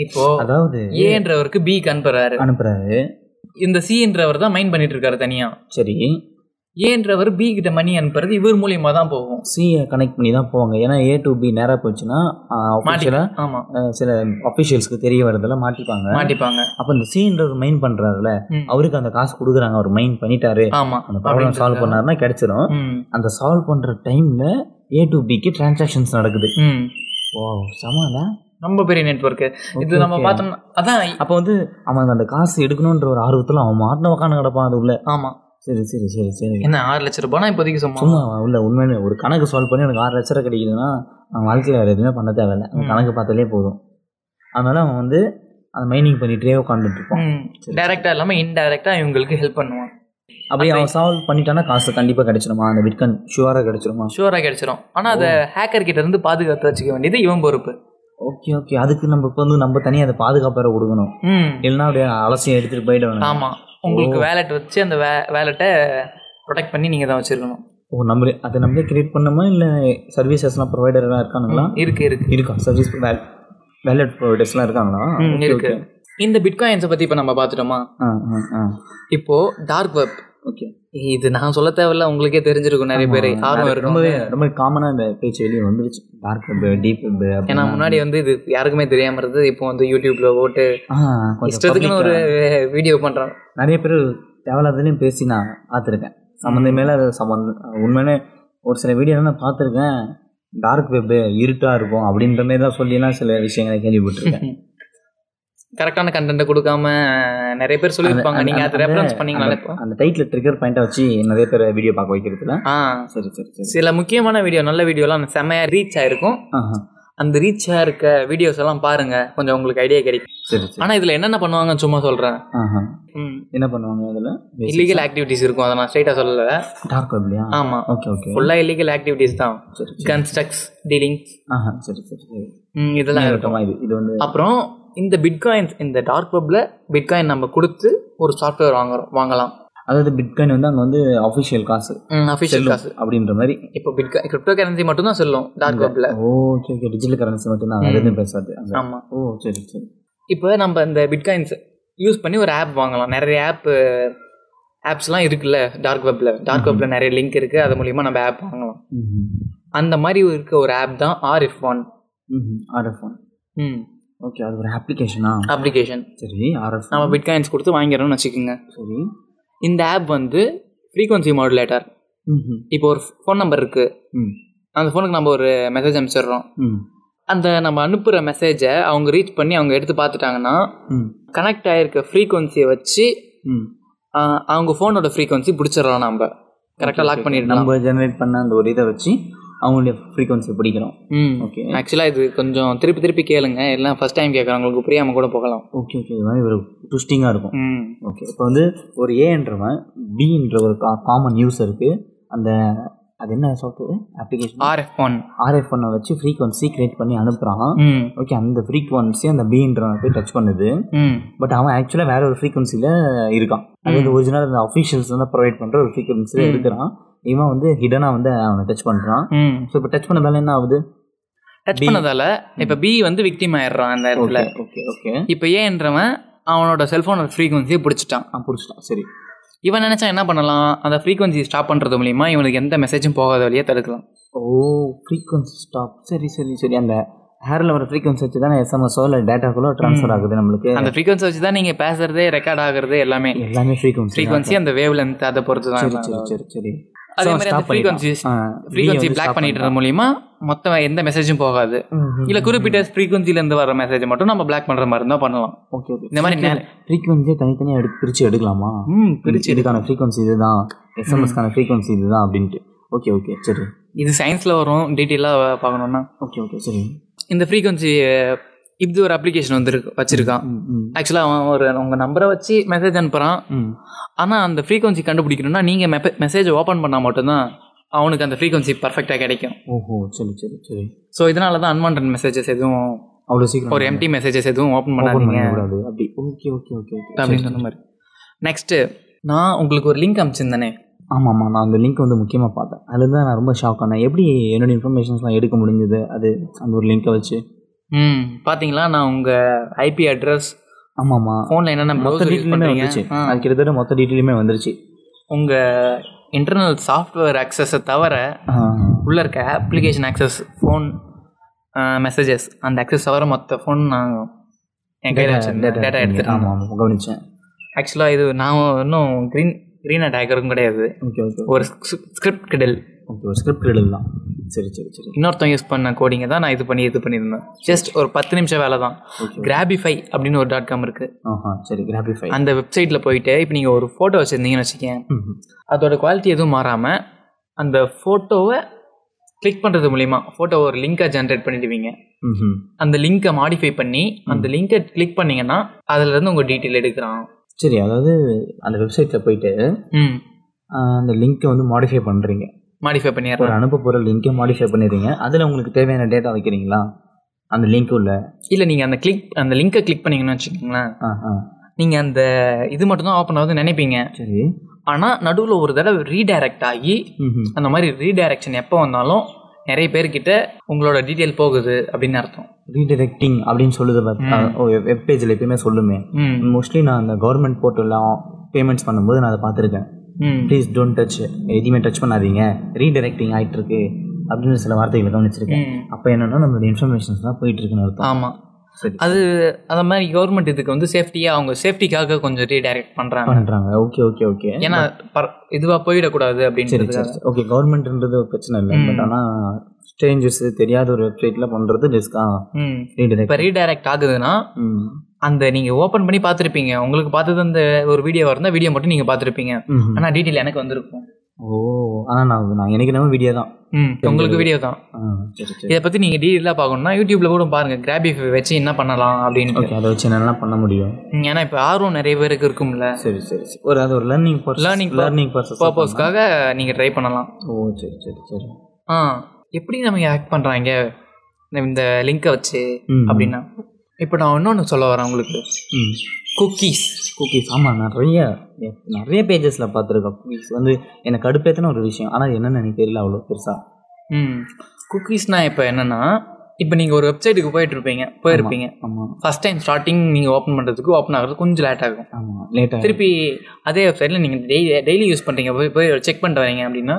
Speaker 2: இப்போ
Speaker 1: அதாவது
Speaker 2: ஏன்றவருக்கு பி அனுப்புறாரு
Speaker 1: அனுப்புறாரு
Speaker 2: இந்த சின்றவர் தான் மைண்ட் பண்ணிட்டு இருக்காரு தனியா
Speaker 1: சரி
Speaker 2: ஏன்றவர் பி கிட்ட மணி அனுப்புறது இவர் மூலியமா தான் போகும்
Speaker 1: சியை கனெக்ட் பண்ணி தான் போவாங்க ஏன்னா ஏ டு பி நேராக போச்சுன்னா
Speaker 2: மாட்டிக்கலாம்
Speaker 1: ஆஃபீஷியலாக
Speaker 2: ஆமா
Speaker 1: சில அஃபிஷியல்ஸ்க்கு தெரிய வரதுல மாட்டிப்பாங்க
Speaker 2: மாட்டிப்பாங்க
Speaker 1: அப்போ இந்த சீன்றவர் மைண்ட் பண்றாருல
Speaker 2: ம்.
Speaker 1: அவருக்கு அந்த காசு கொடுக்குறாங்க அவர் மைண்ட் பண்ணிட்டாரு
Speaker 2: ஆமா
Speaker 1: அந்த ப்ராப்ளம் சால்வ்
Speaker 2: அப்படின்றது.
Speaker 1: பண்ணாருன்னா கிடைச்சிரும்
Speaker 2: ம்.
Speaker 1: அந்த சால்வ் பண்ற டைம்ல ஏ டு பிக்கு டிரான்சாக்ஷன்ஸ் நடக்குது
Speaker 2: ம்.
Speaker 1: ஓ சமால
Speaker 2: ரொம்ப பெரிய நெட்வொர்க் இது நம்ம பார்த்தோம்னா அதான்
Speaker 1: அப்போ வந்து அவன் அந்த காசு எடுக்கணுன்ற ஒரு ஆர்வத்துல அவன் மாட்டின உட்காந்து கிடப்பான் அது உள்ள
Speaker 2: ஆமா
Speaker 1: சரி சரி சரி சரி
Speaker 2: என்ன ஆறு லட்சம் ரூபாய்னா இப்போதைக்கு சும்மா
Speaker 1: சும்மா அவன் உள்ள உண்மையிலே ஒரு கணக்கு சால்வ் பண்ணி எனக்கு ஆறு லட்ச ரூபா கிடைக்குதுன்னா அவன் வாழ்க்கையில வேற எதுவுமே பண்ண தேவையில்ல அவன்
Speaker 2: ம்.
Speaker 1: கணக்கு பார்த்தாலே போதும் அதனால அவன் வந்து அந்த மைனிங் பண்ணிட்டே உட்காந்துட்டு இருப்பான் சரி.
Speaker 2: டைரக்டா இல்லாம இன்டைரக்டா இவங்களுக்கு ஹெல்ப் பண்ணுவான்
Speaker 1: அப்படியே அவன் சால்வ் பண்ணிட்டானா காசு கண்டிப்பா கிடைச்சிருமா அந்த விட்கன் ஷுவரா கிடைச்சிருமா
Speaker 2: ஷூரா கிடைச்சிரும் ஆனா அதை ஹேக்கர் கிட்ட இருந்து பாதுகாத்து வச்சுக்க வேண்டியது இவன் பொறுப்பு
Speaker 1: ஓகே ஓகே அதுக்கு நம்ம இப்போ வந்து நம்ம தனியாக அதை பாதுகாப்பாக கொடுக்கணும்
Speaker 2: ம்
Speaker 1: இல்லைன்னா அப்படியே அலசி எடுத்துட்டு போயிட வேணும்
Speaker 2: ஆமா உங்களுக்கு வேலட் வச்சு அந்த வே வேலட்டை ப்ரொடெக்ட் பண்ணி நீங்க தான் வச்சிருக்கணும்
Speaker 1: ஓ நம்மளே அதை நம்மளே கிரியேட் பண்ணுமா இல்லை சர்வீசஸ்லாம் ப்ரொவைடர்லாம் இருக்கானுங்களா
Speaker 2: இருக்கு இருக்கு
Speaker 1: இருக்கா சர்வீஸ் வேலட் ப்ரொவைடர்ஸ்லாம் இருக்காங்களா
Speaker 2: ம்,
Speaker 1: Okay,
Speaker 2: இருக்கு
Speaker 1: okay.
Speaker 2: இந்த பிட்காயின்ஸை பத்தி இப்ப நம்ம பார்த்துட்டோமா
Speaker 1: ஆ ஆ ஆ
Speaker 2: இப்போ டார்க் வெப்
Speaker 1: ஓகே
Speaker 2: இது நான் சொல்ல தேவையில்ல உங்களுக்கே தெரிஞ்சிருக்கும் நிறைய பேர் ஆர்வம் இருக்கும்
Speaker 1: ரொம்பவே ரொம்ப காமனாக இந்த பேச்சு வெளியே வந்துருச்சு டார்க் வெப் டீப் வெப்
Speaker 2: ஏன்னா முன்னாடி வந்து இது யாருக்குமே தெரியாம இருந்தது இப்போ வந்து யூடியூப்ல போட்டு
Speaker 1: ஆ கொஞ்சம்
Speaker 2: இஷ்டத்துக்குன்னு ஒரு வீடியோ பண்றாங்க
Speaker 1: public- நிறைய பேர் தேவையில்லாததுலையும் பேசி நான் பார்த்துருக்கேன் சம்மந்தமே இல்லாத சம்மந்தம் உண்மையிலே ஒரு சில வீடியோலாம் நான் பார்த்துருக்கேன் டார்க் வெப் இருட்டாக இருக்கும் அப்படின்ற மாதிரி தான் சொல்லிலாம் சில விஷயங்களை கேள்விப்பட்டிருக்கேன்
Speaker 2: கரெக்டான கண்டென்ட்டை கொடுக்காம நிறைய பேர் சொல்லியிருப்பாங்க நீங்க அதை ரெஃபரன்ஸ் பண்ணீங்களா இப்போ
Speaker 1: அந்த டைட்டில் ட்ரிகர் பாயிண்ட்டை வச்சு நிறைய பேர் வீடியோ பார்க்க வைக்கிறதுல
Speaker 2: ஆ
Speaker 1: சரி சரி சரி
Speaker 2: சில முக்கியமான வீடியோ நல்ல வீடியோலாம் செமையா ரீச் ஆயிருக்கும்
Speaker 1: ஆஹா.
Speaker 2: அந்த ரீச் ஆயிருக்க வீடியோஸ் எல்லாம் பாருங்க கொஞ்சம் உங்களுக்கு ஐடியா கிடைக்கும்
Speaker 1: சரி சரி
Speaker 2: ஆனா இதுல என்னென்ன பண்ணுவாங்கன்னு சும்மா சொல்றேன்
Speaker 1: ஆஹா. என்ன பண்ணுவாங்க அதில்
Speaker 2: இல்லீகல் ஆக்டிவிட்டிஸ் இருக்கும் அதை நான் ஸ்ட்ரைட்டா சொல்லல
Speaker 1: டார்க் வெப்லையா
Speaker 2: ஆமா
Speaker 1: ஓகே ஓகே
Speaker 2: ஃபுல்லா இல்லீகல் ஆக்டிவிட்டிஸ் தான்
Speaker 1: சரி சரி
Speaker 2: கன்ஸ்ட்ரக்ட்ஸ் டீலிங்
Speaker 1: ஆஹா சரி சரி சரி
Speaker 2: இதெல்லாம் இருக்கும்
Speaker 1: இருக்கமா இது இது வந்து
Speaker 2: அப்புறம் இந்த பிட்காயின்ஸ் இந்த டார்க் வெப்ல பிட்காயின் நம்ம கொடுத்து ஒரு சாஃப்ட்வேர் வாங்குறோம் வாங்கலாம்
Speaker 1: அதாவது பிட்காயின் வந்து அங்கே வந்து அஃபிஷியல் காசு
Speaker 2: அஃபிஷியல் காசு
Speaker 1: அப்படின்ற மாதிரி
Speaker 2: இப்போ பிட்கா கிரிப்டோ கரன்சி மட்டும் தான் செல்லும் டார்க் வெப்ல
Speaker 1: ஓகே ஓகே டிஜிட்டல் கரன்சி மட்டும் தான் வேற எதுவும் பேசாது அங்க.
Speaker 2: ஆமா
Speaker 1: ஓ சரி சரி
Speaker 2: இப்போ நம்ம இந்த பிட்காயின்ஸ் யூஸ் பண்ணி ஒரு ஆப் வாங்கலாம் நிறைய ஆப் ஆப்ஸ்லாம் இருக்குல்ல டார்க் வெப்ல டார்க் வெப்ல நிறைய லிங்க் இருக்கு அது மூலியமா நம்ம ஆப் வாங்கலாம்
Speaker 1: ம்ஹும்.
Speaker 2: அந்த மாதிரி இருக்க ஒரு ஆப் தான் ஆர்எஃப் ஒன்
Speaker 1: ம்ஹும். RF ஒன் ஓகே அது ஒரு ஆப்ளிகேஷனா
Speaker 2: அப்ளிகேஷன்
Speaker 1: சரி ஆர்எஃப்
Speaker 2: நம்ம பிட்காயின்ஸ் கொடுத்து வாங்கிறோம்னு வச்சுக்கோங்க
Speaker 1: சரி
Speaker 2: இந்த ஆப் வந்து ஃப்ரீக்வன்சி மாடுலேட்டர்
Speaker 1: ம்ஹும்.
Speaker 2: இப்போ ஒரு ஃபோன் நம்பர் இருக்கு
Speaker 1: ம்
Speaker 2: அந்த ஃபோனுக்கு நம்ம ஒரு மெசேஜ் அனுப்பிச்சிடுறோம்
Speaker 1: ம்
Speaker 2: அந்த நம்ம அனுப்புகிற மெசேஜை அவங்க ரீச் பண்ணி அவங்க எடுத்து பார்த்துட்டாங்கன்னா
Speaker 1: ம்
Speaker 2: கனெக்ட் ஆகிருக்க ஃப்ரீக்வன்சியை வச்சு
Speaker 1: ம்
Speaker 2: ஆஹ் அவங்க ஃபோனோட ஃப்ரீக்வன்சி பிடிச்சிடலாம் நம்ம கரெக்டாக லாக் பண்ணிடலாம்
Speaker 1: நம்ம ஜெனரேட் பண்ண அந்த ஒரு இதை வச்சு அவங்களுடைய ஃப்ரீக்வன்சி பிடிக்கிறோம்
Speaker 2: ம்
Speaker 1: ஓகே
Speaker 2: ஆக்சுவலாக இது கொஞ்சம் திருப்பி திருப்பி கேளுங்க எல்லாம் ஃபர்ஸ்ட் டைம் கேட்குறவங்களுக்கு புரியாமல் கூட போகலாம்
Speaker 1: ஓகே ஓகே இது மாதிரி ஒரு ட்விஸ்டிங்காக இருக்கும்
Speaker 2: ம்
Speaker 1: ஓகே இப்போ வந்து ஒரு ஏன்றவன் பின்ற ஒரு காமன் யூஸருக்கு அந்த அது என்ன software application
Speaker 2: RF one
Speaker 1: RF ஒன்னை வச்சு ஃப்ரீக்வன்சி கிரியேட் பண்ணி அனுப்புகிறான்
Speaker 2: ம்
Speaker 1: ஓகே அந்த ஃப்ரீக்வன்சி அந்த பீன்ற போய் டச் பண்ணுது
Speaker 2: ம்
Speaker 1: பட் அவன் ஆக்சுவலாக வேற ஒரு ஃப்ரீக்வன்சியில் இருக்கான் அது வந்து ஒரிஜினல் அந்த அஃபிஷியல்ஸ் வந்து ப்ரொவைட் பண்ணுற ஒரு ஃப்ரீக்வன்சியில்
Speaker 2: ம்.
Speaker 1: இருக்கிறான் இவன் வந்து ஹிடனாக வந்து அவனை டச் பண்ணுறான்
Speaker 2: ம்
Speaker 1: ஸோ இப்போ டச் பண்ணதால என்ன ஆகுது
Speaker 2: டச்
Speaker 1: B.
Speaker 2: பண்ணதால இப்போ பி வந்து விக்டிம் ஆயிடுறான் அந்த இடத்துல
Speaker 1: ஓகே ஓகே ஓகே
Speaker 2: இப்போ ஏன்றவன் அவனோட செல்ஃபோனோட ஃப்ரீக்வன்சியை பிடிச்சிட்டான்
Speaker 1: நான் புரிச்சிட்டான் சரி
Speaker 2: இவன் நினைச்சா என்ன பண்ணலாம் அந்த ஃப்ரீக்வன்சி ஸ்டாப் பண்றது மூலியமா இவனுக்கு எந்த மெசேஜும் போகாத வழியா தடுக்கலாம்
Speaker 1: ஓ ஃப்ரீக்வன்சி ஸ்டாப் சரி சரி சரி அந்த ஹேரில் வர ஃப்ரீக்வன்சி வச்சு தானே எஸ்எம்எஸோ இல்லை டேட்டாக்குள்ளோ ட்ரான்ஸ்ஃபர் ஆகுது நம்மளுக்கு
Speaker 2: அந்த ஃப்ரீக்வன்சி வச்சு தான் நீங்க பேசுறதே ரெக்கார்ட் ஆகுறது எல்லாமே
Speaker 1: எல்லாமே ஃப்ரீக்வன்சி
Speaker 2: ஃப்ரீக்வன்சி அந்த வேவ் லென்த் அதை பொறுத்து தான்
Speaker 1: சரி
Speaker 2: இருக்கும்.
Speaker 1: சரி சரி சரி
Speaker 2: அதே மாதிரி அந்த ஃப்ரீக்வன்சி ஃப்ரீக்வன்சி பிளாக் பண்ணிடுறது மூலியமா மொத்தம் எந்த மெசேஜும் போகாது இல்ல குறிப்பிட்ட ஃப்ரீக்வன்சில இருந்து வர மெசேஜ் மட்டும் நம்ம பிளாக் பண்ற மாதிரி தான் பண்ணலாம்
Speaker 1: ஓகே ஓகே
Speaker 2: இந்த மாதிரி நேர-
Speaker 1: ஃப்ரீக்வன்சியை தனித்தனியாக எடு பிரித்து எடுக்கலாமா
Speaker 2: ம்
Speaker 1: பிரித்து
Speaker 2: பிரிச்சு
Speaker 1: இதுக்கான ஃப்ரீக்வன்சி இதுதான் எஸ்எம்எஸ்க்கான ஃப்ரீக்வன்சி இதுதான் அப்படின்ட்டு ஓகே ஓகே சரி
Speaker 2: இது சயின்ஸ்ல வரும் டீட்டெயிலாக பார்க்கணும்னா
Speaker 1: ஓகே ஓகே சரி
Speaker 2: இந்த ஃப்ரீக்வன்சி இப்படி ஒரு அப்ளிகேஷன் வந்துருக்கு வச்சிருக்கான்
Speaker 1: ம், ம்
Speaker 2: ஆக்சுவலாக அவன் ஒரு உங்கள் நம்பரை வச்சு மெசேஜ் அனுப்புகிறான்
Speaker 1: ம்
Speaker 2: ஆனால் அந்த ஃப்ரீக்வன்சி கண்டுபிடிக்கணும்னா நீங்கள் மெப்ப மெசேஜ் ஓப்பன் பண்ணால் மட்டும்தான் அவனுக்கு அந்த ஃப்ரீக்வன்சி பர்ஃபெக்டாக கிடைக்கும்
Speaker 1: ஓஹோ சரி சரி சரி
Speaker 2: ஸோ இதனால தான் அன்வான்ட் மெசேஜஸ் எதுவும்
Speaker 1: அவ்வளோ சீக்கிரம்
Speaker 2: ஒரு எம்டி மெசேஜஸ் எதுவும் ஓப்பன்
Speaker 1: open
Speaker 2: பண்ணாதீங்க
Speaker 1: பண்ணக்கூடாது. அப்படி ஓகே ஓகே ஓகே ஓகே
Speaker 2: அப்படின்னு சொன்ன மாதிரி நெக்ஸ்ட்டு நான் உங்களுக்கு ஒரு லிங்க் அனுப்பிச்சிருந்தேனே
Speaker 1: ஆமாம் ஆமாம் நான் அந்த லிங்க் வந்து முக்கியமாக பார்த்தேன் அதில் தான் நான் ரொம்ப ஷாக் ஆனேன் எப்படி என்னோட இன்ஃபர்மேஷன்ஸ்லாம் எடுக்க முடிஞ்சது அது அந்த ஒரு லிங்க்கை வச்சு
Speaker 2: ம் பார்த்தீங்களா நான் உங்கள் ஐபி அட்ரஸ்
Speaker 1: ஆமாம் ஆமாம்
Speaker 2: ஃபோனில் என்னென்ன
Speaker 1: மொத்த
Speaker 2: browser use
Speaker 1: டீட்டெயிலுமே வந்துருச்சு
Speaker 2: ஆ.
Speaker 1: அது கிட்டத்தட்ட மொத்த டீட்டெயிலுமே வந்துருச்சு
Speaker 2: உங்கள் இன்டர்னல் சாஃப்ட்வேர் அக்சஸை தவிர
Speaker 1: ஆ,
Speaker 2: உள்ளே இருக்க அப்ளிகேஷன் ஆக்சஸ் ஃபோன் மெசேஜஸ் அந்த ஆக்சஸ் தவிர மொத்த ஃபோன் நான் என் கையில் வச்சிருந்தேன் டேட்டா எடுத்துட்டேன்
Speaker 1: ஆமாம் ஆமாம் கவனிச்சேன்
Speaker 2: ஆக்சுவலாக இது நான் இன்னும் க்ரீன் க்ரீன் அட்டாக்கரும் கிடையாது
Speaker 1: ஓகே ஓகே
Speaker 2: ஒரு ஸ்கிரிப்ட் கிடல்
Speaker 1: ஓகே ஒரு ஸ்கிரிப்ட் எழுதலாம் சரி சரி சரி
Speaker 2: இன்னொருத்தன் யூஸ் பண்ண கோடிங்கை தான் நான் இது பண்ணி இது பண்ணியிருந்தேன் ஜஸ்ட் ஒரு பத்து நிமிஷம் வேலை தான்
Speaker 1: ஓகே
Speaker 2: கிராபிஃபை அப்படின்னு ஒரு டாட் காம் இருக்குது
Speaker 1: ஆஹா சரி கிராபிஃபை
Speaker 2: அந்த வெப்சைட்டில் போயிட்டு இப்போ நீங்கள் ஒரு ஃபோட்டோ வச்சுருந்தீங்கன்னு வச்சுக்கேன் அதோட குவாலிட்டி எதுவும் மாறாமல் அந்த ஃபோட்டோவை கிளிக் பண்ணுறது மூலிமா ஃபோட்டோ ஒரு லிங்காக ஜென்ரேட் பண்ணிடுவீங்க
Speaker 1: ம்
Speaker 2: அந்த லிங்கை மாடிஃபை பண்ணி அந்த லிங்கை கிளிக் பண்ணீங்கன்னா அதுல இருந்து உங்க டீட்டெயில் எடுக்கிறான்
Speaker 1: சரி அதாவது அந்த வெப்சைட்டில் போயிட்டு
Speaker 2: ம்
Speaker 1: ஆ, அந்த லிங்க்கை வந்து மாடிஃபை பண்ணுறீங்க
Speaker 2: மாடிஃபை
Speaker 1: ஒரு
Speaker 2: பண்ணிடுறான்
Speaker 1: அனுப்ப போகிற லிங்க்கை மாடிஃபை பண்ணிடுறீங்க அதில் உங்களுக்கு தேவையான டேட்டா வைக்கிறீங்களா அந்த லிங்க் உள்ள
Speaker 2: இல்ல நீங்க அந்த கிளிக் அந்த லிங்கை கிளிக் பண்ணீங்கன்னு வச்சுக்கோங்களேன்
Speaker 1: ஆ ஆ
Speaker 2: நீங்க அந்த இது மட்டும் தான் ஓப்பன் ஆகுதுன்னு நினைப்பீங்க
Speaker 1: சரி
Speaker 2: ஆனா நடுவுல ஒரு தடவை ரீடைரக்ட் ஆகி
Speaker 1: ம்
Speaker 2: அந்த மாதிரி ரீடைரக்ஷன் எப்போ வந்தாலும் நிறைய பேர்கிட்ட உங்களோட டீட்டெயில் போகுது அப்படின்னு அர்த்தம்
Speaker 1: ரீடைரக்டிங் அப்படின்னு சொல்லுது வெப் பேஜில் எப்பயுமே சொல்லுமே
Speaker 2: ம்
Speaker 1: மோஸ்ட்லி நான் அந்த கவர்மெண்ட் போர்ட்டலில் பேமெண்ட்ஸ் பண்ணும்போது நான் அதை பார்த்துருக்கேன்
Speaker 2: ம்
Speaker 1: ப்ளீஸ் டோன்ட் டச் எதையுமே டச் பண்ணாதீங்க ரீடைரக்டிங் ஆயிட்டு இருக்கு அப்படின்னு சில வார்த்தைகளை கவனிச்சிருக்கேன்
Speaker 2: ம்.
Speaker 1: அப்போ என்னன்னா நம்மளோட இன்ஃபர்மேஷன்ஸ்லாம் போயிட்டு இருக்குன்னு அர்த்தம்
Speaker 2: ஆமா
Speaker 1: சரி
Speaker 2: அது அந்த மாதிரி கவர்மெண்ட் இதுக்கு வந்து சேஃப்டியா அவங்க சேஃப்டிக்காக கொஞ்சம் ரீடைரக்ட் பண்றாங்க
Speaker 1: பண்ணுறாங்க ஓகே ஓகே ஓகே
Speaker 2: ஏன்னா பர- இதுவா போயிடக்கூடாது
Speaker 1: சரி
Speaker 2: அப்படின்னு
Speaker 1: சரி ஓகே கவர்மெண்ட்ன்றது ஒரு பிரச்சனை இல்லை பட் ஆனால் ஸ்ட்ரேஞ்சர்ஸ் தெரியாத ஒரு வெப்சைட்டில் பண்ணுறது ரிஸ்கா
Speaker 2: ம் இப்போ
Speaker 1: ரீடைரக்ட்
Speaker 2: ரீடைரக்ட் ஆகுதுன்னா
Speaker 1: ம்
Speaker 2: அந்த நீங்கள் ஓப்பன் பண்ணி பார்த்துருப்பீங்க உங்களுக்கு பார்த்தது அந்த ஒரு வீடியோவாக இருந்தால் வீடியோ மட்டும் நீங்கள் பார்த்துருப்பீங்க
Speaker 1: ம்ஹும்.
Speaker 2: ஆனால் டீட்டெயில் எனக்கு வந்திருக்கும்
Speaker 1: ஓ ஆனால் நான் நான் எனக்கு நம்ம வீடியோ தான்
Speaker 2: ம் உங்களுக்கு வீடியோ தான்
Speaker 1: ஆ, சரி சரி
Speaker 2: இதை பற்றி நீங்கள் டீட்டெயிலாக பார்க்கணும்னா யூடியூப்பில் கூட பாருங்கள் கிராபி வச்சு என்ன பண்ணலாம் அப்படின்னு
Speaker 1: ஓகே அதை வச்சு என்னெல்லாம் பண்ண முடியும்
Speaker 2: ம், ஏன்னா இப்போ ஆர்வம் நிறைய பேருக்கு இருக்கும்ல
Speaker 1: சரி சரி சரி ஒரு அது ஒரு learning purpose
Speaker 2: Learning
Speaker 1: learning learning purpose
Speaker 2: பர்பஸ்க்காக நீங்கள் ட்ரை பண்ணலாம்
Speaker 1: ஓ சரி சரி சரி
Speaker 2: ஆ எப்படி நம்ம ஹேக் பண்ணுறாங்க இந்த லிங்கை வச்சு
Speaker 1: ம்.
Speaker 2: அப்படின்னா இப்போ நான் இன்னொன்று சொல்ல வரேன் உங்களுக்கு
Speaker 1: ம்
Speaker 2: குக்கீஸ்
Speaker 1: குக்கீஸ் ஆமாம் நிறைய நிறைய பேஜஸில் பார்த்துருக்கேன் குக்கீஸ் வந்து எனக்கு கடுப்பேத்தின ஒரு விஷயம் ஆனால் என்னென்னு எனக்கு தெரியல அவ்வளோ பெருசாக
Speaker 2: ம் குக்கீஸ்னால் இப்போ என்னென்னா இப்போ நீங்கள் ஒரு வெப்சைட்டுக்கு போயிட்டுருப்பீங்க போயிருப்பீங்க
Speaker 1: ஆமாம்
Speaker 2: ஃபர்ஸ்ட் டைம் ஸ்டார்டிங் நீங்கள் ஓப்பன் பண்ணுறதுக்கு ஓப்பன் ஆகுறது கொஞ்சம் லேட் ஆகும்
Speaker 1: ஆமாம் லேட்டாக
Speaker 2: திருப்பி அதே வெப்சைட்டில் நீங்கள் டெய்லி டெய்லி யூஸ் பண்ணுறீங்க போய் போய் செக் பண்ணிட்டு வரீங்க அப்படின்னா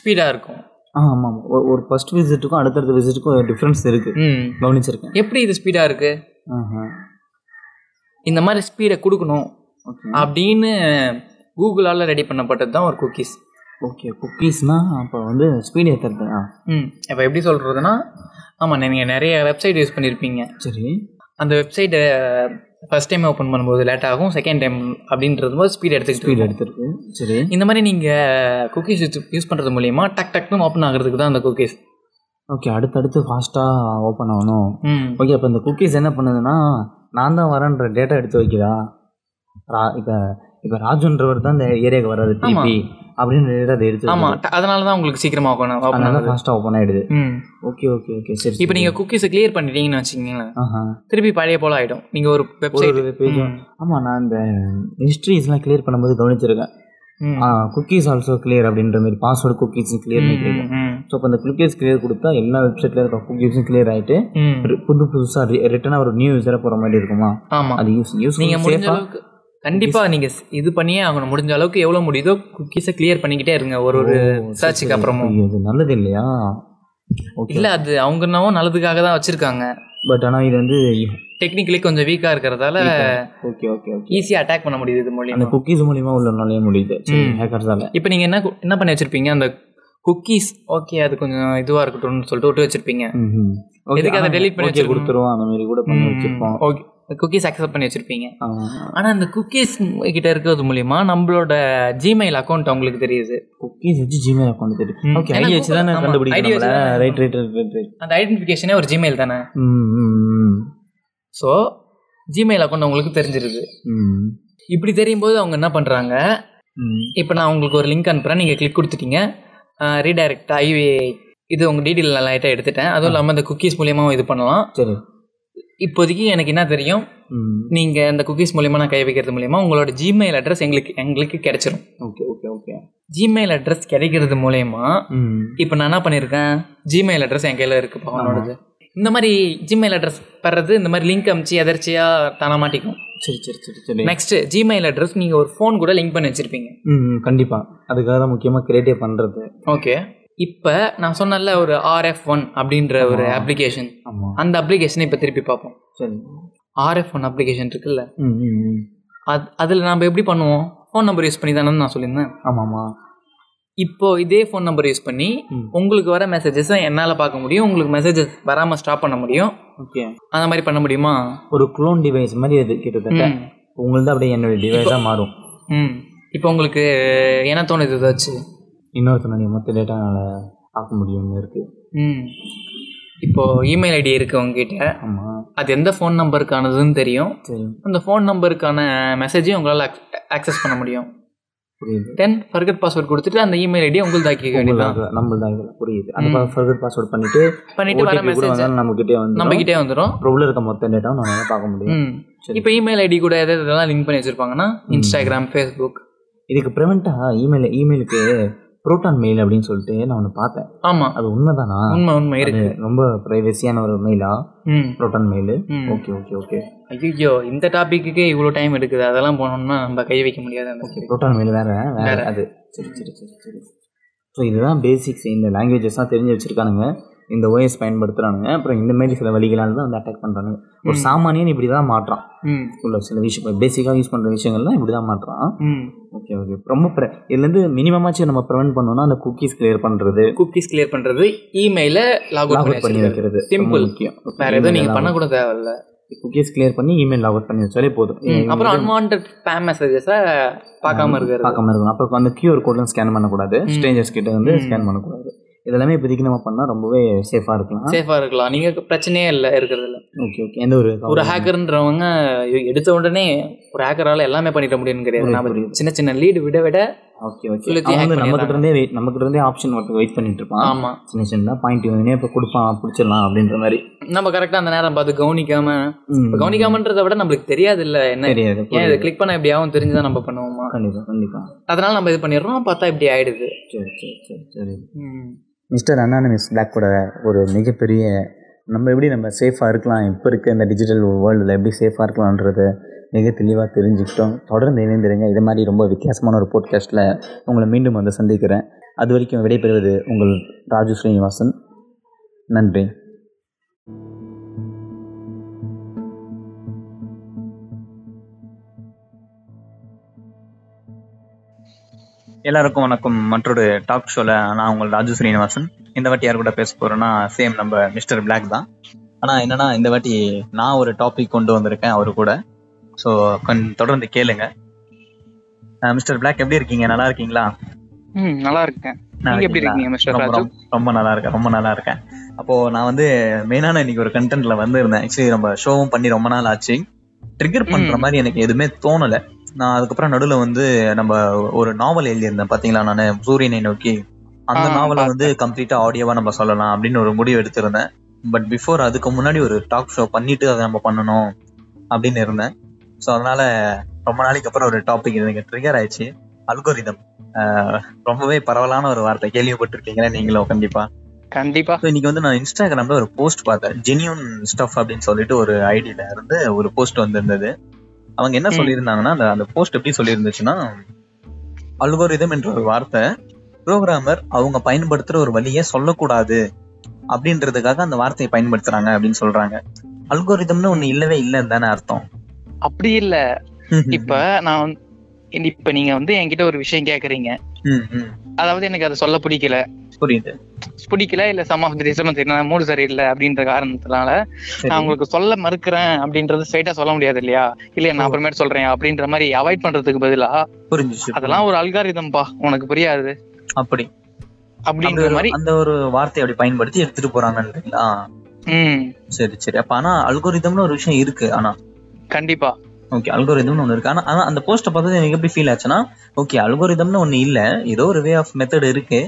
Speaker 2: ஸ்பீடாக இருக்கும்
Speaker 1: ஆ ஆமாம் ஒரு ஒரு ஃபர்ஸ்ட் விசிட்டுக்கும் அடுத்தடுத்த விசிட்டுக்கும் டிஃப்ரென்ஸ் இருக்குது
Speaker 2: ம்
Speaker 1: கவனிச்சிருக்கேன்
Speaker 2: எப்படி இது ஸ்பீடாக இருக்குது
Speaker 1: ஆஹா
Speaker 2: இந்த மாதிரி ஸ்பீடை கொடுக்கணும்
Speaker 1: ஓகே
Speaker 2: அப்படின்னு கூகுளால் ரெடி பண்ணப்பட்டது தான் ஒரு குக்கீஸ்
Speaker 1: ஓகே குக்கீஸ்னா அப்போ வந்து ஸ்பீடு ஏற்றுறது ஆ
Speaker 2: ம் இப்போ எப்படி சொல்கிறதுனா ஆமாம் நீங்கள் நிறைய வெப்சைட் யூஸ் பண்ணியிருப்பீங்க
Speaker 1: சரி
Speaker 2: அந்த வெப்சைட்டை ஃபர்ஸ்ட் டைம் ஓப்பன் பண்ணும்போது லேட் ஆகும் செகண்ட் டைம் அப்படின்றது போது ஸ்பீட் எடுத்துக்கிட்டு
Speaker 1: ஸ்பீடு
Speaker 2: இருக்கும்.
Speaker 1: எடுத்துருக்கு சரி
Speaker 2: இந்த மாதிரி நீங்கள் குக்கீஸ் யூஸ் பண்ணுறது மூலியமா டக் டக்குன்னு ஓப்பன் ஆகுறதுக்கு தான் அந்த குக்கீஸ்
Speaker 1: ஓகே அடுத்தடுத்து ஃபாஸ்ட்டாக ஓப்பன் ஆகணும்
Speaker 2: ம்
Speaker 1: ஓகே அப்போ இந்த குக்கீஸ் என்ன பண்ணுதுன்னா நான் தான் வரேன்ற டேட்டா எடுத்து வைக்கிறா இப்போ இப்போ ராஜுன்றவர் தான் இந்த ஏரியாவுக்கு வர்றாரு திருப்பி அப்படின்னு நேரா அதை எடுத்து
Speaker 2: ஆமா ட- அதனாலதான் உங்களுக்கு சீக்கிரமா ஓப்பன் ஓப்பன்
Speaker 1: அதனால
Speaker 2: ஆகுது
Speaker 1: ஃபாஸ்ட்டாக ஓப்பன் ஆகிடுது
Speaker 2: ம்
Speaker 1: ஓகே ஓகே ஓகே சரி
Speaker 2: இப்போ நீங்க குக்கீஸை கிளியர் பண்ணிட்டீங்கன்னு வச்சுக்கீங்களேன் திருப்பி பழைய போல ஆயிடும் நீங்க ஒரு வெப்சைட்
Speaker 1: ஒரு பேஜும் ஆமாம் நான் இந்த ஹிஸ்ட்ரிஸ்லாம் கிளியர் பண்ணும்போது கவனிச்சிருக்கேன் குக்கீஸ் ஆல்சோ கிளியர் அப்படின்ற மாதிரி பாஸ்வேர்டு குக்கீஸ் கிளியர் ஸோ அப்போ அந்த குக்கீஸ் கிளியர் கொடுத்தா எல்லா வெப்சைட்டில் இருக்க குக்கீஸும் கிளியர் ஆகிட்டு புது புதுசாக ரிட்டனாக ஒரு நியூ யூஸராக போகிற மாதிரி இருக்குமா
Speaker 2: ஆமா
Speaker 1: அது யூஸ் யூஸ்
Speaker 2: நீங்க முடிஞ்ச அளவுக்கு கண்டிப்பா நீங்க ஸ்- இது பண்ணியே ஆகணும் முடிஞ்ச அளவுக்கு எவ்வளவு முடியுதோ குக்கீஸை கிளியர் பண்ணிக்கிட்டே இருங்க ஒரு ஒரு சர்ச்சுக்கு அப்புறமும்
Speaker 1: இது நல்லது இல்லையா ஓகே
Speaker 2: இல்ல அது அவங்க என்னவோ நல்லதுக்காக தான் வச்சிருக்காங்க
Speaker 1: பட் ஆனால் இது வந்து
Speaker 2: டெக்னிக்கலி கொஞ்சம் வீக்கா இருக்கிறதால
Speaker 1: ஓகே ஓகே ஓகே
Speaker 2: ஈஸியா அட்டாக் பண்ண முடியுது இது
Speaker 1: அந்த
Speaker 2: மூலியமா
Speaker 1: குக்கீஸ் மூலியமா உள்ள நுழைய முடியுது ஹேக்கர்ஸால
Speaker 2: இப்போ நீங்க என்ன கு- என்ன பண்ணி வச்சிருப்பீங்க அந்த குக்கீஸ் ஓகே அது கொஞ்சம் இதுவா இருக்கட்டும்னு சொல்லிட்டு விட்டு வச்சிருப்பீங்க எதுக்கு அதை delete பண்ணி வச்சிருக்கணும்?
Speaker 1: கொடுத்துருவோம் அந்த மாதிரி கூட பண்ணி வச்சிருப்போம்
Speaker 2: ஓகே குக்கீஸ் அக்செப்ட் பண்ணி வச்சிருப்பீங்க
Speaker 1: ஆமா.
Speaker 2: ஆனா அந்த குக்கீஸ் கிட்ட இருக்கிறது மூலியமா நம்மளோட ஜிமெயில் அக்கௌண்ட் அவங்களுக்கு தெரியுது
Speaker 1: குக்கீஸ் வச்சு ஜிமெயில் அக்கௌண்ட் தெரியும்
Speaker 2: ம்.
Speaker 1: ஓகே
Speaker 2: ஏன்னா
Speaker 1: ஐடி வச்சு தான்
Speaker 2: Google- ஆமா, ID
Speaker 1: கண்டுபிடிக்கிறோம்ல
Speaker 2: வச்சுதானே
Speaker 1: ரைட் ரைட் ரைட் ரைட்
Speaker 2: அந்த ஐடென்டிஃபிகேஷனே ஒரு ஜிமெயில் தானே
Speaker 1: ம் ம், ம்.
Speaker 2: ஸோ ஜிமெயில் அக்கௌண்ட் அவங்களுக்கு தெரிஞ்சிருது
Speaker 1: ம்
Speaker 2: இப்படி தெரியும் போது அவங்க என்ன பண்றாங்க
Speaker 1: ம்.
Speaker 2: இப்போ நான் உங்களுக்கு ஒரு லிங்க் அனுப்புறேன் நீங்க கிளிக் கொடுத்துட்டீங்க ரீடைரக்டா ஐவிஐ இது உங்க டீடைல் லைட்டா எடுத்துட்டேன் அதுவும் இல்லாம இந்த குக்கீஸ் மூலியமாவும் இது பண்ணலாம்
Speaker 1: சரி
Speaker 2: இப்போதைக்கு எனக்கு என்ன தெரியும்
Speaker 1: ம்
Speaker 2: நீங்க இந்த குக்கீஸ் மூலியமா நான் கை வைக்கிறது மூலியமா உங்களோட ஜிமெயில் அட்ரஸ் எங்களுக்கு எங்களுக்கு கிடைச்சிரும்
Speaker 1: okay okay okay
Speaker 2: Gmail address கிடைக்கிறது மூலயமா
Speaker 1: ம்
Speaker 2: இப்போ நான் என்ன பண்ணியிருக்கேன் ஜிமெயில் அட்ரஸ் என் கையில் இருக்குப்பா அவனோடது இந்த மாதிரி ஜிமெயில் அட்ரஸ் பெறது இந்த மாதிரி லிங்க் அமுச்சு எதர்ச்சியாக தானா மாட்டிக்கும்
Speaker 1: சரி சரி சரி சரி
Speaker 2: நெக்ஸ்ட் ஜிமெயில் அட்ரஸ் நீங்கள் ஒரு ஃபோன் கூட லிங்க் பண்ணி வச்சுருப்பீங்க
Speaker 1: ம் ம், கண்டிப்பா அதுக்காக தான் முக்கியமாக கிரியேட்டிவ் பண்ணுறது
Speaker 2: ஓகே இப்போ நான் சொன்னல ஒரு ஆர்எஃப் ஒன் அப்படின்ற ஒரு அப்ளிகேஷன்
Speaker 1: ஆமாம்
Speaker 2: அந்த அப்ளிகேஷனை இப்போ திருப்பி பார்ப்போம்
Speaker 1: சரி
Speaker 2: ஆர்எஃப் ஒன் அப்ளிகேஷன் இருக்குல்ல
Speaker 1: ம் ம் ம்
Speaker 2: அது அதில் நம்ம எப்படி பண்ணுவோம் ஃபோன் நம்பர் யூஸ் பண்ணி தானே நான் சொல்லியிருந்தேன்
Speaker 1: ஆமாம் ஆமாம்
Speaker 2: இப்போ இதே ஃபோன் நம்பர் யூஸ் பண்ணி
Speaker 1: ம்.
Speaker 2: உங்களுக்கு வர மெசேஜஸை என்னால் பார்க்க முடியும் உங்களுக்கு மெசேஜஸ் வராமல் ஸ்டாப் பண்ண முடியும்
Speaker 1: ஓகே
Speaker 2: அந்த மாதிரி பண்ண முடியுமா
Speaker 1: ஒரு க்ளோன் டிவைஸ் மாதிரி அது கிட்டத்தட்ட
Speaker 2: ம்.
Speaker 1: உங்களுது அப்படியே என்னோட டிவைஸாக மாறும்
Speaker 2: ம் இப்போ உங்களுக்கு என்ன தோணுது ஏதாச்சும்
Speaker 1: இன்னொருத்தனுடைய மொத்த டேட்டா ஆக்க முடியும்னு இருக்கு
Speaker 2: ம் இப்போ இமெயில் ஐடி இருக்கு உங்ககிட்ட
Speaker 1: ஆமாம்
Speaker 2: அது எந்த ஃபோன் நம்பருக்கானதுன்னு தெரியும்
Speaker 1: சரி
Speaker 2: அந்த ஃபோன் நம்பருக்கான மெசேஜையும் உங்களால் ஆக்சஸ் பண்ண முடியும்
Speaker 1: புரியுது
Speaker 2: தென் ஃபர்கட் பாஸ்வேர்ட் கொடுத்துட்டு அந்த இமெயில் ஐடியை உங்களுக்கு தாக்கிக்க வேண்டியதான்
Speaker 1: நம்மளதான் நம்மளதான் இதுல புரியுது அந்த ஃபர்கட் பாஸ்வேர்ட் பண்ணிட்டு
Speaker 2: பண்ணிட்டு வர
Speaker 1: OTP கூட
Speaker 2: மெசேஜ்
Speaker 1: வந்தாலும் நம்மகிட்டே வந்து
Speaker 2: நம்மகிட்டே வந்துடும்
Speaker 1: உள்ள இருக்க மொத்த டேட்டாவும் நம்மளால பார்க்க முடியும்
Speaker 2: ம்
Speaker 1: சரி.
Speaker 2: இப்போ இமெயில் ஐடி கூட எதை இதெல்லாம் லிங்க் பண்ணி வச்சிருப்பாங்கன்னா இன்ஸ்டாகிராம் ஃபேஸ்புக்
Speaker 1: இதுக்கு ப்ரிவெண்டா இமெயில் இமெயிலுக்கு புரோட்டான் மெயில் அப்படின்னு சொல்லிட்டு நான் ஒன்று பார்த்தேன்
Speaker 2: ஆமாம்
Speaker 1: அது உண்மைதானா
Speaker 2: உண்மை உண்மை இருக்கு
Speaker 1: ரொம்ப பிரைவசியான ஒரு மெயிலா
Speaker 2: ம்
Speaker 1: புரோட்டான் மெயில்
Speaker 2: ம்.
Speaker 1: ஓகே ஓகே ஓகே
Speaker 2: ஐயோ இந்த டாபிக்குக்கே இவ்வளோ டைம் எடுக்குது அதெல்லாம் போனோம்னா நம்ம கை வைக்க முடியாது அந்த மாதிரி
Speaker 1: புரோட்டான் மெயில் வேற வேற அது சரி சரி சரி சரி ஸோ இதுதான் பேசிக்ஸ் இந்த languages தான் தெரிஞ்சு வச்சிருக்கானுங்க இந்த ஓஎஸ் பயன்படுத்துறானுங்க அப்புறம் இந்த மாதிரி சில வழிகளால் தான் வந்து அட்டாக் பண்ணுறாங்க ஒரு சாமானியன் இப்படி தான் மாட்டுறான்
Speaker 2: ம்
Speaker 1: உள்ள சில விஷயம் பேசிக்காக யூஸ் பண்ணுற விஷயங்கள்லாம் இப்படி தான் மாட்டுறான்
Speaker 2: ம்
Speaker 1: ஓகே ஓகே ரொம்ப ப்ர இதுலேருந்து மினிமமாச்சும் நம்ம ப்ரிவென்ட் பண்ணோம்னா அந்த குக்கீஸ் கிளியர் பண்ணுறது
Speaker 2: குக்கீஸ் கிளியர் பண்றது இமெயில லாக்
Speaker 1: லாக்
Speaker 2: அவுட்
Speaker 1: அவுட் பண்ணி வைக்கிறது ரொம்ப
Speaker 2: சிம்பிள்
Speaker 1: முக்கியம்
Speaker 2: வேற எதுவும் நீங்க பண்ண கூட தேவையில்ல
Speaker 1: குக்கீஸ் கிளியர் பண்ணி இமெயில் லாக் அவுட் பண்ணி வச்சாலே போதும்
Speaker 2: அப்புறம் அன்வான்ட் ஸ்பேம் மெசேஜஸ பார்க்காம இருக்கிறது
Speaker 1: பார்க்காம இருக்கணும் அப்புறம் அந்த கியூஆர் கோட்லாம் ஸ்கேன் பண்ணக்கூடாது ஸ்ட்ரேஞ்சர்ஸ் கிட்ட வந்து ஸ்கேன் பண்ணக்கூடாது இதெல்லாமே இப்போதைக்கு நம்ம பண்ணால் ரொம்பவே சேஃபாக இருக்கலாம்
Speaker 2: சேஃபா இருக்கலாம் நீங்க பிரச்சனையே இல்லை இருக்கிறது இல்ல
Speaker 1: ஓகே ஓகே எந்த ஒரு
Speaker 2: ஒரு ஹேக்கர்ன்றவங்க எடுத்த உடனே ஒரு ஹேக்கரால எல்லாமே பண்ணிட முடியும்னு கிடையாது நாம
Speaker 1: புரியுது.
Speaker 2: சின்ன சின்ன லீடு விட விட
Speaker 1: ஓகே ஓகே
Speaker 2: Full-ஆ hack
Speaker 1: அவங்க வந்து நம்ம
Speaker 2: பண்ணிடுறாங்க.
Speaker 1: கிட்ட இருந்தே வெயிட் நம்ம கிட்ட இருந்தே ஆப்ஷன் ஒருத்தர் வெயிட் பண்ணிட்டு இருப்பான்
Speaker 2: ஆமா
Speaker 1: சின்ன சின்னதாக பாயிண்ட் வேணும் இப்போ கொடுப்பான் பிடிச்சிடலாம் அப்படின்ற மாதிரி
Speaker 2: நம்ம கரெக்டா அந்த நேரம் பார்த்து கவனிக்காம
Speaker 1: ம்.
Speaker 2: இப்ப கவனிக்காமன்றத விட நம்மளுக்கு தெரியாது இல்ல என்ன
Speaker 1: தெரியாது
Speaker 2: ஏன் இதை கிளிக் பண்ண எப்படியாவும் தெரிஞ்சுதான் நம்ம பண்ணுவோமா
Speaker 1: கண்டிப்பாக கண்டிப்பாக
Speaker 2: அதனால நம்ம இது பண்ணிடுறோம் பார்த்தா இப்படி ஆயிடுது
Speaker 1: சரி சரி சரி சரி
Speaker 2: ம்.
Speaker 1: மிஸ்டர் அனானமிஸ் பிளாக்கோட ஒரு மிகப்பெரிய நம்ம எப்படி நம்ம சேஃபாக இருக்கலாம் இப்போ இருக்க இந்த டிஜிட்டல் வேர்ல்டில் எப்படி சேஃபாக இருக்கலாம்ன்றத மிக தெளிவாக தெரிஞ்சுக்கிட்டோம் தொடர்ந்து இணைந்திருங்க இது மாதிரி ரொம்ப வித்தியாசமான ஒரு போட்காஸ்ட்டில் உங்களை மீண்டும் வந்து சந்திக்கிறேன் அது வரைக்கும் விடைபெறுவது உங்கள் ராஜு ஸ்ரீனிவாசன் நன்றி எல்லாருக்கும் வணக்கம் மற்றொரு டாக் ஷோவில் நான் உங்கள் ராஜு ஸ்ரீனிவாசன் இந்த வாட்டி யார் கூட பேச போகிறேன்னா சேம் நம்ம மிஸ்டர் பிளாக் தான் ஆனால் என்னன்னா இந்த வாட்டி நான் ஒரு டாபிக் கொண்டு வந்திருக்கேன் அவரு கூட ஸோ தொடர்ந்து கேளுங்க அஹ் மிஸ்டர் பிளாக் எப்படி இருக்கீங்க நல்லா இருக்கீங்களா
Speaker 2: ம் நல்லா இருக்கேன் நீங்க எப்படி இருக்கீங்க மிஸ்டர்
Speaker 1: ரொம்ப
Speaker 2: ராஜு
Speaker 1: ரொம்ப- ரொம்ப நல்லா இருக்கேன் ரொம்ப நல்லா இருக்கேன் அப்போ நான் வந்து மெயினான இன்னைக்கு ஒரு கண்டென்ட்ல வந்து இருந்தேன் ஆக்சுவலி நம்ம ஷோவும் பண்ணி ரொம்ப நாள் ஆச்சு ட்ரிகர் பண்ற மாதிரி எனக்கு எதுவுமே தோணல நான் அதுக்கப்புறம் நடுவில் வந்து நம்ம ஒரு நாவல் எழுதியிருந்தேன் பார்த்தீங்களா நான் சூரியனை நோக்கி அந்த
Speaker 2: ஆ,
Speaker 1: நாவலை வந்து கம்ப்ளீட்டாக ஆடியோவாக நம்ம சொல்லலாம் அப்படின்னு ஒரு முடிவு எடுத்திருந்தேன் பட் பிஃபோர் அதுக்கு முன்னாடி ஒரு டாக் ஷோ பண்ணிட்டு அதை நம்ம பண்ணணும் அப்படின்னு இருந்தேன் ஸோ அதனால ரொம்ப நாளைக்கு அப்புறம் ஒரு டாபிக் எனக்கு ட்ரிகர் ஆயிடுச்சு அல்கோரிதம் ரொம்பவே பரவலான ஒரு வார்த்தை கேள்விப்பட்டிருக்கீங்களா நீங்களும் கண்டிப்பா
Speaker 2: கண்டிப்பா
Speaker 1: ஸோ இன்னைக்கு வந்து நான் இன்ஸ்டாகிராம்ல ஒரு போஸ்ட் பார்த்தேன் ஜெனியூன் ஸ்டஃப் அப்படின்னு சொல்லிட்டு ஒரு ஐடியில இருந்து ஒரு போஸ்ட் வந்திருந்தது அவங்க என்ன
Speaker 2: ம்.
Speaker 1: சொல்லியிருந்தாங்கன்னா அந்த அந்த போஸ்ட் எப்படி சொல்லியிருந்துச்சுன்னா அல்கோரிதம் என்ற ஒரு வார்த்தை ப்ரோக்ராமர் அவங்க பயன்படுத்துற ஒரு வழியை சொல்லக்கூடாது அப்படின்றதுக்காக அந்த வார்த்தையை பயன்படுத்துறாங்க அப்படின்னு சொல்றாங்க அல்கோரிதம்னு ஒண்ணு இல்லவே இல்லைன்னு தானே அர்த்தம்
Speaker 2: அப்படி இல்ல இப்ப நான் வந்து- இப்ப நீங்க வந்து என்கிட்ட ஒரு விஷயம் கேக்குறீங்க
Speaker 1: ம், ம்.
Speaker 2: அதாவது எனக்கு அதை சொல்ல பிடிக்கல
Speaker 1: புரியுது
Speaker 2: பிடிக்கல இல்ல சம் ஆஃப் தி ரீசன் தெரியல மூடு சரியில்லை அப்படின்ற காரணத்தினால
Speaker 1: சரி.
Speaker 2: நான் உங்களுக்கு சொல்ல மறுக்கிறேன் அப்படின்றது ஸ்ட்ரைட்டா சொல்ல முடியாது இல்லையா இல்ல நான் அப்புறமேட்டு சொல்றேன் அப்படின்ற மாதிரி அவாய்ட் பண்றதுக்கு பதிலா
Speaker 1: புரிஞ்சுச்சு
Speaker 2: அதெல்லாம் ஒரு அல்காரிதம்பா உனக்கு புரியாது
Speaker 1: அப்படி அந்த
Speaker 2: அப்படின்ற
Speaker 1: ஒரு-
Speaker 2: மாதிரி
Speaker 1: அந்த ஒரு வார்த்தையை அப்படி பயன்படுத்தி எடுத்துட்டு போறாங்கன்றீங்களா
Speaker 2: ம்
Speaker 1: சரி சரி அப்ப ஆனா அல்கோரிதம்னு ஒரு விஷயம் இருக்கு ஆனா
Speaker 2: கண்டிப்பா
Speaker 1: ஓகே அல்கோரிதம்னு ஒன்று இருக்கு ஆனால் ஆனால் அந்த போஸ்ட்டை பார்த்தது எனக்கு எப்படி ஃபீல் ஆச்சுன்னா ஓகே அல்கோரிதம்னு ஒன்று இல்லை ஏதோ ஒரு வே ஆஃப் மெத்தட் இருக்கு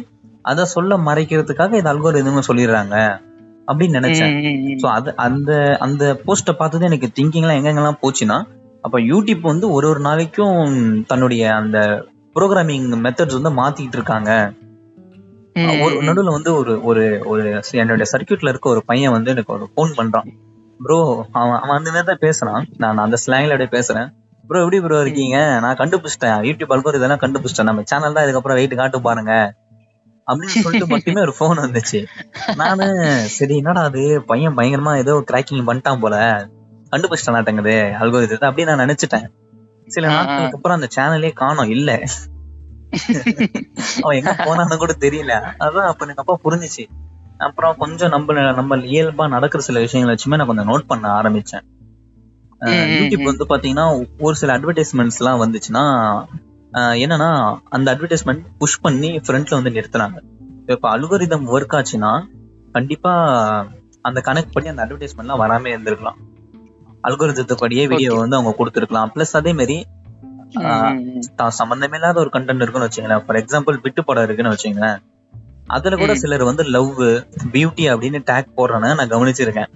Speaker 1: அதை சொல்ல மறைக்கிறதுக்காக இது அல்கோரிதம்னு சொல்லிடுறாங்க அப்படின்னு நினைச்சேன்
Speaker 2: ம், ம், ம்.
Speaker 1: ஸோ அது அந்த அந்த போஸ்ட்டை பார்த்தது எனக்கு திங்கிங்லாம் எங்கெங்கெல்லாம் போச்சுன்னா அப்போ யூடியூப் வந்து ஒரு ஒரு நாளைக்கும் தன்னுடைய அந்த ப்ரோக்ராமிங் மெத்தட்ஸ் வந்து மாத்திட்டு இருக்காங்க
Speaker 2: ம், ம்,
Speaker 1: ஒரு
Speaker 2: ம்.
Speaker 1: நடுவில் வந்து ஒரு ஒரு ஒரு சி- என்னுடைய சர்க்கியூட்ல இருக்க ஒரு பையன் வந்து எனக்கு ஒரு ஃபோன் பண்றான் ப்ரோ அவன் அவன் அந்த மாதிரி தான் பேசுறான் நான் அந்த ஸ்லாங்ல அப்படியே பேசுறேன் ப்ரோ எப்படி ப்ரோ இருக்கீங்க நான் கண்டுபிடிச்சிட்டேன் யூடியூப் அல்கோர் இதெல்லாம் கண்டுபிடிச்சிட்டேன் நம்ம சேனல் தான் இதுக்கப்புறம் வெயிட் காட்டு பாருங்க அப்படின்னு சொல்லிட்டு மட்டுமே ஒரு ஃபோன் வந்துச்சு நானு சரி என்னடா அது பையன் பயங்கரமா ஏதோ கிராக்கிங் பண்ணிட்டான் போல கண்டுபிடிச்சிட்டானாட்டங்குது அல்கோர் இது அப்படின்னு நான் நினைச்சிட்டேன் சில
Speaker 2: ஆ, ஆ.
Speaker 1: நாட்களுக்கு அப்புறம் அந்த சேனலே காணோம் இல்ல அவன் எங்க போனான்னு கூட தெரியல அதான் அப்ப எனக்கு அப்பா புரிஞ்சுச்சு அப்புறம் கொஞ்சம் நம்ம நம்ம இயல்பா நடக்கிற சில விஷயங்களை வச்சுமே நான் கொஞ்சம் நோட் பண்ண ஆரம்பிச்சேன் அஹ்,
Speaker 2: ம், ம்,
Speaker 1: யூடியூப்
Speaker 2: ம்.
Speaker 1: வந்து பாத்தீங்கன்னா ஒரு சில அட்வர்டைஸ்மெண்ட்ஸ் எல்லாம் வந்துச்சுன்னா அஹ், என்னன்னா அந்த அட்வர்டைஸ்மெண்ட் புஷ் பண்ணி ஃப்ரண்ட்ல வந்து நிறுத்துறாங்க இப்ப அல்கோரிதம் ஒர்க் ஆச்சுன்னா கண்டிப்பா அந்த கனெக்ட் பண்ணி அந்த அட்வர்டைஸ்மெண்ட்லாம் வராமே இருந்திருக்கலாம் அல்கோரிதத்து படியே வீடியோ வந்து அவங்க கொடுத்துருக்கலாம் ப்ளஸ் அதே மாதிரி
Speaker 2: ம், ம், ம்.
Speaker 1: தான் சம்பந்தமே இல்லாத ஒரு கண்டென்ட் இருக்குன்னு வச்சுங்களேன் ஃபார் எக்ஸாம்பிள் விட்டு படம் இருக்குன்னு வச்சுங்களேன் அதுல கூட
Speaker 2: ம்.
Speaker 1: சிலர் வந்து லவ் பியூட்டி அப்படின்னு டேக் போடுறானு நான் கவனிச்சிருக்கேன்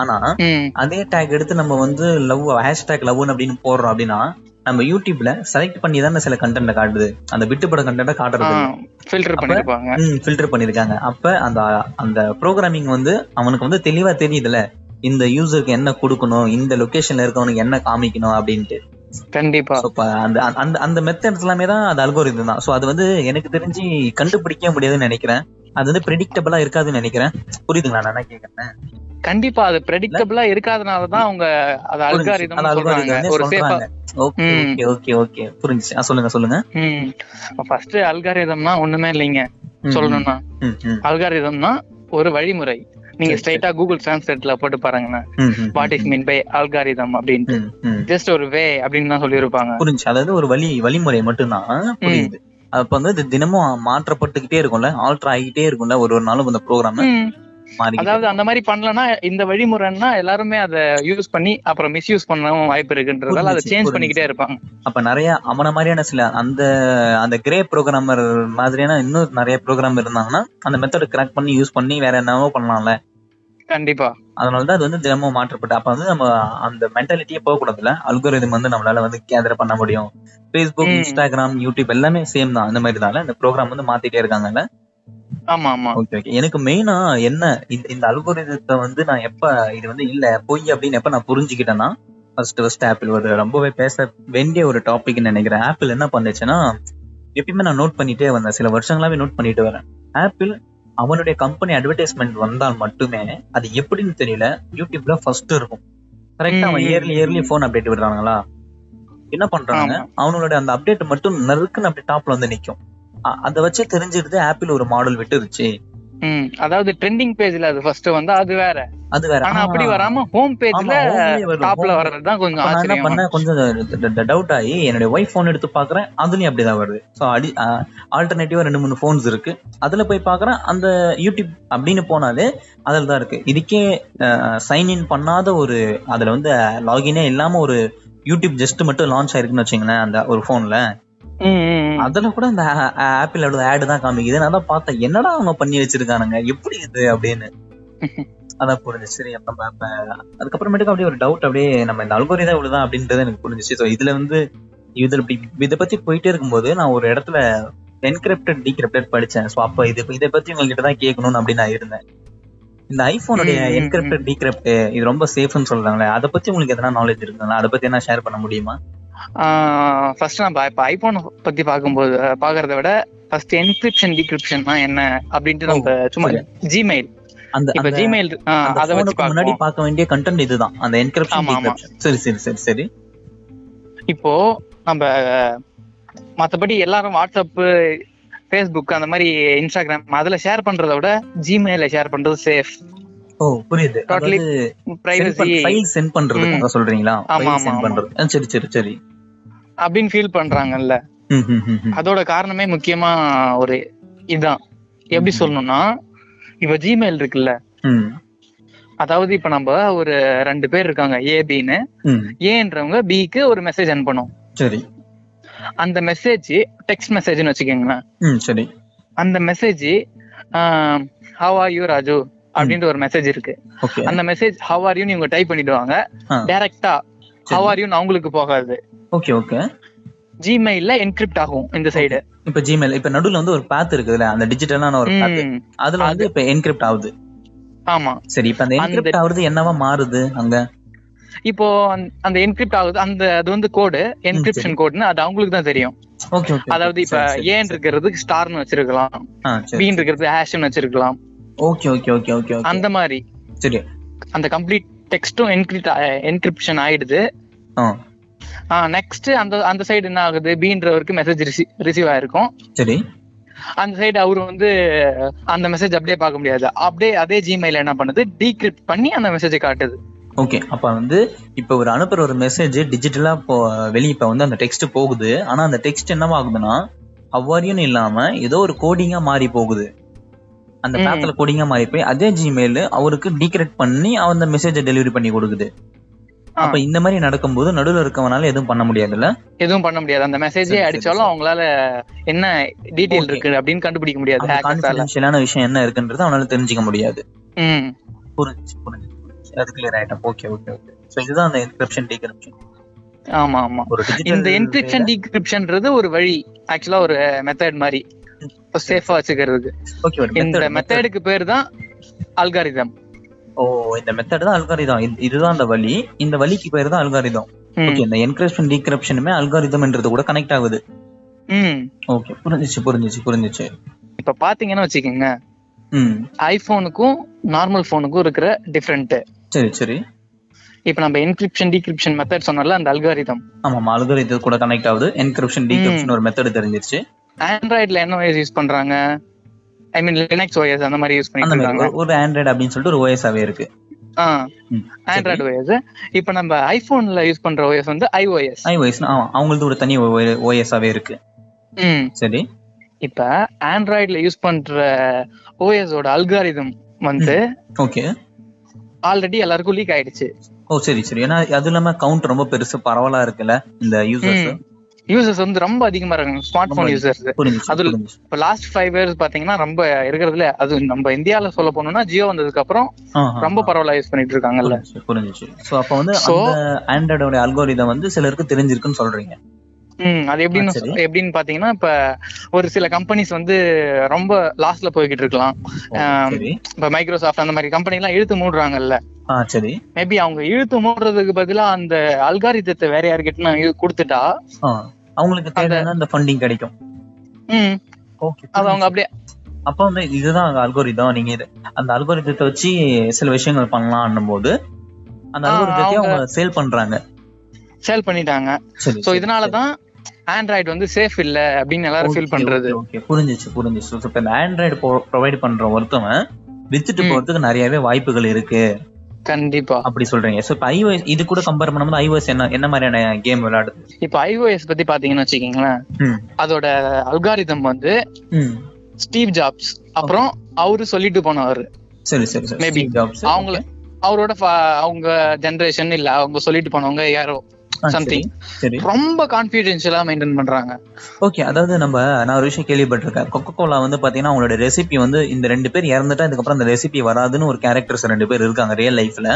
Speaker 1: ஆனா
Speaker 2: ம்,
Speaker 1: அதே டேக் எடுத்து நம்ம வந்து லவ் ஹேஷ்டேக் லவ்னு அப்படின்னு போடுறோம் அப்படின்னா நம்ம யூடியூப்ல செலக்ட் பண்ணி தானே சில கண்டென்ட் காட்டுது அந்த விட்டு படம் கண்டென்ட்டை
Speaker 2: ஆ,
Speaker 1: காட்டுறது
Speaker 2: filter பண்ணிருப்பாங்க
Speaker 1: ஃபில்டர் பண்ணிருக்காங்க அப்ப அந்த அந்த ப்ரோக்ராமிங் வந்து அவனுக்கு வந்து தெளிவா தெரியுதுல இந்த யூசருக்கு என்ன கொடுக்கணும் இந்த லொகேஷன்ல இருக்கவனுக்கு என்ன காமிக்கணும் அப்படின்ட்டு
Speaker 2: கண்டிப்பா
Speaker 1: So, இப்ப அந்த அந்த- அந்த அந்த மெத்தட்ஸ் எல்லாமே தான் அது அல்கோரிதம் தான் ஸோ அது வந்து எனக்கு தெரிஞ்சு கண்டுபிடிக்க முடியாதுன்னு நினைக்கிறேன் அது வந்து ப்ரெடிக்டபிளா இருக்காதுன்னு நினைக்கிறேன் புரியுதுங்களா நான் என்ன கேக்குறேன்
Speaker 2: கண்டிப்பா அது பிரெடிக்டபிளா இருக்காதனாலதான் அவங்க அது அல்காரிதம் சொல்றாங்க ஒரு சேஃபா
Speaker 1: ஓகே
Speaker 2: ம்.
Speaker 1: ஓகே ஓகே ஓகே புரிஞ்சுச்சு ஆ, சொல்லுங்க சொல்லுங்க
Speaker 2: ம் ஃபர்ஸ்ட் அல்காரிதம்னா ஒண்ணுமே இல்லைங்க
Speaker 1: ம்,
Speaker 2: சொல்லணும்னா
Speaker 1: ம், ம்,
Speaker 2: அல்காரிதம்னா ஒரு வழிமுறை நீங்க
Speaker 1: சரி,
Speaker 2: ஸ்ட்ரைட்டா கூகுள் டிரான்ஸ்லேட்ல போட்டு பாருங்களேன்
Speaker 1: ம், ம்,
Speaker 2: what is mean by algorithm அப்படின்ட்டு
Speaker 1: ம், ம்.
Speaker 2: ஜஸ்ட் ஒரு வே அப்படின்னு தான் சொல்லியிருப்பாங்க
Speaker 1: புரிஞ்சுச்சு அதாவது ஒரு வழி வழிமுறை மட்டும்தான் புரியுது அப்ப வந்து இது தினமும் மாற்றப்பட்டுக்கிட்டே இருக்கும்ல ஆல்டர் ஆகிட்டே இருக்கும்ல ஒரு ஒரு நாளும் அந்த ப்ரோக்ராம்
Speaker 2: ம்.
Speaker 1: மாறி
Speaker 2: அதாவது அந்த மாதிரி பண்ணலன்னா இந்த வழிமுறைன்னா எல்லாருமே அத யூஸ் பண்ணி அப்புறம் மிஸ்யூஸ் பண்ணவும் வாய்ப்பு இருக்குன்றதால அதை
Speaker 1: புரிஞ்சுச்சு,
Speaker 2: சேஞ்ச்
Speaker 1: புரிஞ்சுச்சு.
Speaker 2: பண்ணிக்கிட்டே இருப்பாங்க
Speaker 1: அப்ப நிறைய அவன மாதிரியான சில அந்த அந்த கிரே ப்ரோக்ராமர் மாதிரியான இன்னும் நிறைய ப்ரோக்ராம் இருந்தாங்கன்னா அந்த மெத்தட் கிராக் பண்ணி யூஸ் பண்ணி வேற என்னவோ பண்ணலாம்ல
Speaker 2: கண்டிப்பா
Speaker 1: அதனால தான் அது வந்து தினமும் மாற்றப்பட்டு அப்ப வந்து நம்ம அந்த மென்டாலிட்டியே போகக்கூடாதுல அல்கோரிதம் வந்து நம்மளால வந்து கேதர் பண்ண முடியும் ஃபேஸ்புக்
Speaker 2: ம்.
Speaker 1: இன்ஸ்டாகிராம் யூடியூப் எல்லாமே சேம் தான் அந்த மாதிரி தான் இந்த ப்ரோக்ராம் வந்து மாத்திட்டே இருக்காங்கல்ல
Speaker 2: ஆமா ஆமா
Speaker 1: ஓகே ஓகே எனக்கு மெயினா என்ன இந்த இந்த அல்கோரிதத்தை வந்து நான் எப்ப இது வந்து இல்ல பொய் அப்படின்னு எப்ப நான் புரிஞ்சுக்கிட்டேன்னா ஃபர்ஸ்ட் ஃபர்ஸ்ட் ஆப்பிள் ஒரு ரொம்பவே பேச வேண்டிய ஒரு டாபிக்னு நினைக்கிறேன் ஆப்பிள் என்ன பண்ணுச்சுன்னா எப்பயுமே நான் நோட் பண்ணிட்டே வந்தேன் சில வருஷங்களாவே நோட் பண்ணிட்டு வரேன் ஆப்பிள் அவனுடைய கம்பெனி அட்வர்டைஸ்மெண்ட் வந்தால் மட்டுமே அது எப்படின்னு தெரியல யூடியூப்ல ஃபர்ஸ்ட் இருக்கும் கரெக்டா அவன்
Speaker 2: ம்.
Speaker 1: இயர்லி இயர்லி போன் அப்டேட் விடுறாங்களா என்ன பண்றாங்க
Speaker 2: ஆமா
Speaker 1: அவனோட அந்த அப்டேட் மட்டும் நறுக்குன்னு அப்படி டாப்ல வந்து நிக்கும் அ- அதை வச்சே தெரிஞ்சிடுது ஆப்பிள் ஒரு மாடல் விட்டுருச்சு
Speaker 2: ம் அதாவது ட்ரெண்டிங் பேஜ்ல அது ஃபர்ஸ்ட் வந்து அது வேற
Speaker 1: அது வேற
Speaker 2: ஆனா
Speaker 1: ஆ,
Speaker 2: அப்படி வராம ஹோம் பேஜ்ல
Speaker 1: ஆமா, home-லயே வரும்.
Speaker 2: டாப்ல
Speaker 1: home-
Speaker 2: வர்றதுதான் கொஞ்சம்
Speaker 1: அப்ப நான் என்ன
Speaker 2: ஆச்சரியம்
Speaker 1: பண்ணேன் கொஞ்சம் டவுட் ஆகி என்னுடைய ஒய்ஃப் ஃபோன் எடுத்து பாக்குறேன் அதுலயும் அப்படிதான் வருது சோ அடி ஆல்டர்னேட்டிவா ரெண்டு மூணு ஃபோன்ஸ் இருக்கு அதுல போய் பாக்குறேன் அந்த யூடியூப் அப்படின்னு போனாலே அதுல தான் இருக்கு இதுக்கே சைன் இன் பண்ணாத ஒரு அதுல வந்து லாகினே இல்லாம ஒரு யூடியூப் ஜஸ்ட் மட்டும் லான்ச் ஆயிருக்குன்னு வச்சுங்களேன் அந்த ஒரு ஃபோனில் அதுல கூட இந்த ஆப்பிள் ஆடு தான் காமிக்குது நான் தான் பார்த்தேன் என்னடா அவங்க பண்ணி வச்சிருக்கானுங்க எப்படி இது
Speaker 3: <laughs>
Speaker 1: அப்படின்னு அதான் புரிஞ்சுச்சு சரி அப்ப நம்ம அப்ப அதுக்கப்புறமேட்டுக்கு அப்படியே ஒரு டவுட் அப்படியே நம்ம இந்த அல்கோரி தான் இவ்வளவுதான் அப்படின்றது எனக்கு புரிஞ்சுச்சு ஸோ இதுல வந்து இதுல இப்படி இதை பத்தி போயிட்டே இருக்கும்போது நான் ஒரு இடத்துல என்கிரிப்டட் டீகிரிப்டட் படிச்சேன் ஸோ அப்போ இது இதை பத்தி உங்ககிட்ட தான் கேட்கணும்னு அப்படின்னு நான் இருந்தேன் இந்த ஐபோனுடைய
Speaker 3: ம், ம், ம்.
Speaker 1: என்கிரிப்டட் டீகிரிப்ட் இது ரொம்ப சேஃப்னு சொல்றாங்களே அதை பத்தி உங்களுக்கு எதனா நாலேஜ் இருக்குங்களா அதை பத்தி என்ன ஷேர் பண்ண முடியுமா
Speaker 2: ஃபர்ஸ்ட் நம்ம இப்போ ஐபோன் பத்தி பார்க்கும்போது பார்க்கறத விட ஃபர்ஸ்ட் என்கிரிப்ஷன் டிகிரிப்ஷன்னா என்ன அப்படின்ட்டு நம்ம சும்மா ஜிமெயில்
Speaker 1: அந்த
Speaker 2: இப்ப
Speaker 1: அந்த-
Speaker 2: ஜிமெயில்
Speaker 1: அந்த
Speaker 2: அதை வச்சு
Speaker 1: phoneக்கு முன்னாடி
Speaker 2: பார்க்கணும்
Speaker 1: பார்க்க வேண்டிய கண்டென்ட் இதுதான் அந்த என்கிரிப்ஷன்
Speaker 2: ஆமா, ஆமா.
Speaker 1: சரி சரி சரி சரி
Speaker 2: இப்போ நம்ம மத்தபடி எல்லாரும் வாட்ஸ்அப் ஃபேஸ்புக் அந்த மாதிரி இன்ஸ்டாகிராம் அதுல ஷேர் பண்றத விட ஜிமெயில ஷேர் பண்றது சேஃப்
Speaker 1: ஓ புரியுது
Speaker 2: Totally பிரைவசி
Speaker 1: ஃபைல் சென்ட் பண்றதுக்காக சொல்றீங்களா
Speaker 2: ஆமா,
Speaker 1: ஃபைல்
Speaker 2: ஆமா,
Speaker 1: சென்ட்
Speaker 2: ஆமா.
Speaker 1: பண்றது ஆ, சரி சரி சரி
Speaker 2: அப்படின்னு ஃபீல் பண்றாங்கல்ல
Speaker 1: ம், ம், ம், ம்.
Speaker 2: அதோட காரணமே முக்கியமா ஒரு இதான் எப்படி
Speaker 1: ம்.
Speaker 2: சொல்லணும்னா இப்ப ஜிமெயில் இருக்குல்ல
Speaker 1: ம்,
Speaker 2: அதாவது இப்ப நம்ம ஒரு ரெண்டு பேர் இருக்காங்க ஏ பின்னு
Speaker 1: ம்.
Speaker 2: ஏன்றவங்க பிக்கு ஒரு மெசேஜ் அனுப்பணும்
Speaker 1: சரி
Speaker 2: அந்த மெசேஜ் டெக்ஸ்ட் மெசேஜ்னு வச்சுக்கோங்களேன்
Speaker 1: ம் சரி
Speaker 2: அந்த message how are you Raju அப்படின்ற ஒரு மெசேஜ் இருக்கு
Speaker 1: ஓகே
Speaker 2: அந்த மெசேஜ் ஹவ் ஆர் யூன்னு இவங்க டைப் பண்ணிடுவாங்க
Speaker 1: ஆ.
Speaker 2: டைரக்டா ஹவ் ஆர் யூன்னு அவங்களுக்கு போகாது
Speaker 1: ஓகே ஓகே
Speaker 2: ஜிமெயில்ல என்கிரிப்ட் ஆகும் இந்த சைடு
Speaker 1: இப்ப ஜிமெயில் இப்ப நடுவுல வந்து ஒரு பாத் இருக்குதுல அந்த டிஜிட்டலான ஒரு பாத் அதுல வந்து இப்ப என்கிரிப்ட் ஆகுது
Speaker 2: ஆமா
Speaker 1: சரி இப்ப அந்த
Speaker 2: அந்த-
Speaker 1: என்கிரிப்ட் ஆகுறது என்னவா மாறுது அங்க
Speaker 2: இப்போ அந்த- அந்த என்கிரிப்ட் ஆகுது அந்த அது வந்து கோடு என்கிரிப்ஷன் கோடுன்னு அது அவங்களுக்கு தான் தெரியும்
Speaker 1: ஓகே ஓகே
Speaker 2: அதாவது இப்ப ஏன் இருக்கிறதுக்கு ஸ்டார்னு வச்சிருக்கலாம் பீன் இருக்கிறது ஹேஷ்னு வச்சிருக்கலாம்
Speaker 1: okay okay okay okay okay
Speaker 2: அந்த மாதிரி
Speaker 1: சரி
Speaker 2: அந்த கம்ப்ளீட் டெக்ஸ்டும் என்கிரிப்ட் என்கிரிப்ஷன் ஆயிடுது
Speaker 1: ஆ
Speaker 2: நெக்ஸ்ட் அந்த அந்த சைடு என்ன ஆகுது பீன்றவருக்கு மெசேஜ் ரிசீவ் ஆயிருக்கும்
Speaker 1: சரி
Speaker 2: அந்த சைடு அவரு வந்து அந்த மெசேஜ் அப்படியே பார்க்க முடியாது அப்படியே அதே ஜிமெயில் என்ன பண்ணுது டீக்ரிப்ட் பண்ணி அந்த மெசேஜை காட்டுது
Speaker 1: ஓகே அப்ப வந்து இப்ப ஒரு அனுப்புற ஒரு மெசேஜ் டிஜிட்டலா இப்போ வெளிய இப்ப வந்து அந்த டெக்ஸ்ட் போகுது ஆனா அந்த டெக்ஸ்ட் என்னவாகுதுன்னா அவ்வாரியும் இல்லாம ஏதோ ஒரு கோடிங்கா மாறி போகுது அந்த
Speaker 2: ம்.
Speaker 1: பேக்ல கோடிங்கா மாறி போய் அதே ஜிமெயில் அவருக்கு டீக்ரெட் பண்ணி அவன் அந்த மெசேஜை டெலிவரி பண்ணி கொடுக்குது
Speaker 2: ஆ.
Speaker 1: அப்ப இந்த மாதிரி நடக்கும்போது நடுவுல இருக்கவனால எதுவும் பண்ண முடியாதுல்ல
Speaker 2: எதுவும் பண்ண முடியாது அந்த மெசேஜே
Speaker 1: சரி, சரி,
Speaker 2: அடிச்சாலும்
Speaker 1: சரி.
Speaker 2: அவங்களால என்ன டீட்டெயில்
Speaker 1: Okay.
Speaker 2: இருக்கு அப்படின்னு கண்டுபிடிக்க முடியாது ஹேக்கர்ஸால
Speaker 1: கான்பிடென்ஷியலான விஷயம் என்ன இருக்குன்றது அவனால தெரிஞ்சுக்க முடியாது
Speaker 2: ம்
Speaker 1: புரிஞ்சு புரிஞ்சு புரிஞ்சு. அது கிளியர் ஆயிட்டோம் ஓகே ஓகே ஓகே சோ இதுதான் அந்த என்கிரிப்ஷன் டீக்ரிப்ஷன்
Speaker 2: ஆமா ஆமா
Speaker 1: ஒரு digital
Speaker 2: இந்த என்கிரிப்ஷன் டீக்ரிப்ஷன்றது ஒரு வழி ஆக்சுவலா ஒரு மெத்தட் மாதிரி சேஃபா வச்சுக்கிறதுக்கு
Speaker 1: Okay, ஒரு
Speaker 2: இந்த
Speaker 1: method, method.
Speaker 2: மெத்தடுக்கு பேர் தான் அல்காரிதம்
Speaker 1: ஓ இந்த மெத்தட் தான் அல்காரிதம் இதுதான் அந்த வழி இந்த வழிக்கு பேர் தான் அல்காரிதம் ஓகே இந்த என்கிரிப்ஷன் டீக்ரிப்ஷனுமே அல்காரிதம்ன்றது கூட கனெக்ட் ஆகுது ஓகே புரிஞ்சுச்சு புரிஞ்சுச்சு புரிஞ்சுச்சு
Speaker 2: இப்ப பாத்தீங்கன்னா வச்சுக்கோங்க
Speaker 1: ம்
Speaker 2: ஐபோனுக்கும் நார்மல் போனுக்கும் இருக்கிற டிஃப்ரெண்ட்
Speaker 1: சரி சரி
Speaker 2: இப்ப நம்ம என்கிரிப்ஷன் டிகிரிப்ஷன் மெத்தட் சொன்னோம்ல அந்த அல்காரிதம்
Speaker 1: ஆமாம் அல்காரிதம் கூட கனெக்ட் ஆகுது என்கிரிப்ஷன் டீக்ரிப்ஷன் ஒரு மெத்தட் தெரிஞ்சிருச்சு
Speaker 2: ஆண்ட்ராய்டுல என்ன OS யூஸ் பண்றாங்க ஐ மீன் லினக்ஸ் ஓஎஸ் அந்த மாதிரி யூஸ்
Speaker 1: அந்த
Speaker 2: பண்ணிட்டு
Speaker 1: மாதிரி
Speaker 2: இருக்காங்க
Speaker 1: ஒரு- ஒரு ஆண்ட்ராய்டு அப்படின்னு சொல்லிட்டு ஒரு ஓஎஸ்ஆவே இருக்கு
Speaker 2: ஆ
Speaker 1: ம், சரி.
Speaker 2: ஆண்ட்ராய்டு ஓஎஸ் இப்ப நம்ம ஐபோன்ல யூஸ் பண்ற ஓஎஸ் வந்து ஐஓஎஸ்
Speaker 1: iOS னா, ஆமா அவங்களது ஒரு தனி ஓஎஸ்ஆவே இருக்கு
Speaker 2: ம்
Speaker 1: சரி
Speaker 2: இப்ப ஆண்ட்ராய்டுல யூஸ் பண்ற ஓஎஸ் ஓட அல்காரிதம் வந்து
Speaker 1: ஓகே
Speaker 2: ஆல்ரெடி எல்லாருக்கும் லீக் ஆயிடுச்சு
Speaker 1: ஓ சரி சரி ஏன்னா அது இல்லாம கவுண்ட் ரொம்ப பெருசு பரவலா இருக்குல்ல இந்த யூசர்ஸ்
Speaker 2: யூசர்ஸ் வந்து ரொம்ப அதிகமா இருக்காங்க ஸ்மார்ட் போன்
Speaker 1: ரொம்ப
Speaker 2: யூசர்ஸ்
Speaker 1: புரிஞ்சுச்சு
Speaker 2: அதுல-
Speaker 1: புரிஞ்சுச்சு
Speaker 2: இப்போ லாஸ்ட் ஃபைவ் இயர்ஸ் பாத்தீங்கன்னா ரொம்ப இருக்கிறதுல அது நம்ம இந்தியால சொல்ல போனோம்னா ஜியோ வந்ததுக்கு அப்புறம்
Speaker 1: ஆ, ஆ,
Speaker 2: ரொம்ப
Speaker 1: ஆ.
Speaker 2: பரவலா யூஸ் பண்ணிட்டு இருக்காங்கல்ல
Speaker 1: புரிஞ்சுச்சு, புரிஞ்சுச்சு சோ அப்ப வந்து
Speaker 2: So-
Speaker 1: அந்த ஆண்ட்ராய்டோட அல்கோரிதம் வந்து சிலருக்கு தெரிஞ்சிருக்குன்னு சொல்றீங்க
Speaker 2: ம் அது எப்படின்னு
Speaker 1: ஆ, சரி.
Speaker 2: சொ- எப்படின்னு பாத்தீங்கன்னா இப்ப ஒரு சில கம்பெனிஸ் வந்து ரொம்ப லாஸ்ட்ல போய்கிட்டு இருக்கலாம்
Speaker 1: ஓ,
Speaker 2: ஆம்.
Speaker 1: சரி
Speaker 2: இப்ப மைக்ரோசாஃப்ட் அந்த மாதிரி கம்பெனி எல்லாம் இழுத்து மூடுறாங்கல்ல
Speaker 1: ஆ சரி
Speaker 2: மேபி அவங்க இழுத்து மூடுறதுக்கு பதிலா அந்த அல்காரிதத்தை வேற யாருக்கிட்ட கொடுத்துட்டா
Speaker 1: ஆ, அவங்களுக்கு தேவையான அந்த ஃபண்டிங் கிடைக்கும்
Speaker 2: ம்
Speaker 1: ஓகே
Speaker 2: அது அவங்க அப்படியே
Speaker 1: அப்ப வந்து இதுதான் அல்கோரிதம் நீங்க இது அந்த அல்கோரிதத்தை வச்சு சில விஷயங்கள் பண்ணலாம்னும் போது அந்த
Speaker 2: ஆ,
Speaker 1: அல்கோரிதத்தை
Speaker 2: அவங்க-
Speaker 1: அவங்க சேல் பண்றாங்க
Speaker 2: சேல் பண்ணிட்டாங்க
Speaker 1: சரி
Speaker 2: சோ இதனாலதான் ஆண்ட்ராய்டு வந்து சேஃப் இல்ல அப்படின்னு எல்லாரும் ஃபீல் பண்றது
Speaker 1: ஓகே புரிஞ்சுச்சு புரிஞ்சுச்சு So, இப்ப இந்த ஆண்ட்ராய்டு ப்ரொவைட் பண்ற ஒருத்தவன் வித்துட்டு
Speaker 2: ம்.
Speaker 1: போறதுக்கு நிறையவே வாய்ப்புகள் இருக்கு
Speaker 2: கண்டிப்பா
Speaker 1: அப்படி சொல்றீங்க சோ இப்ப iOS இது கூட கம்பேர் பண்ணும்போது iOS என்ன என்ன மாதிரியான கேம் விளையாடுது
Speaker 2: இப்ப ஐஓஎஸ் பத்தி பாத்தீங்கன்னு வச்சுக்கீங்களேன்
Speaker 1: ம்,
Speaker 2: அதோட அல்காரிதம் வந்து
Speaker 1: ம்
Speaker 2: ஸ்டீவ் ஜாப்ஸ் அப்புறம் அவரு சொல்லிட்டு போனவரு
Speaker 1: சரி சரி சரி
Speaker 2: Maybe.
Speaker 1: Steve Jobs.
Speaker 2: அவங்கள அவரோட fa- அவங்க ஜெனரேஷன் இல்ல அவங்க சொல்லிட்டு போனவங்க யாரோ
Speaker 1: ஆ, ஆ, சரி,
Speaker 2: சம்திங்
Speaker 1: சரி
Speaker 2: ரொம்ப கான்ஃபிடென்ஷியலா மெயின்டைன் பண்றாங்க
Speaker 1: ஓகே அதாவது நம்ம நான் ஒரு விஷயம் கேள்விப்பட்டிருக்கேன் கொக்கோ கோலா வந்து பாத்தீங்கன்னா அவங்களோட ரெசிபி வந்து இந்த ரெண்டு பேர் இறந்துட்டா இதுக்கப்புறம் அந்த ரெசிபி வராதுன்னு ஒரு கேரக்டர்ஸ் ரெண்டு பேர் இருக்காங்க ரியல் லைஃப்ல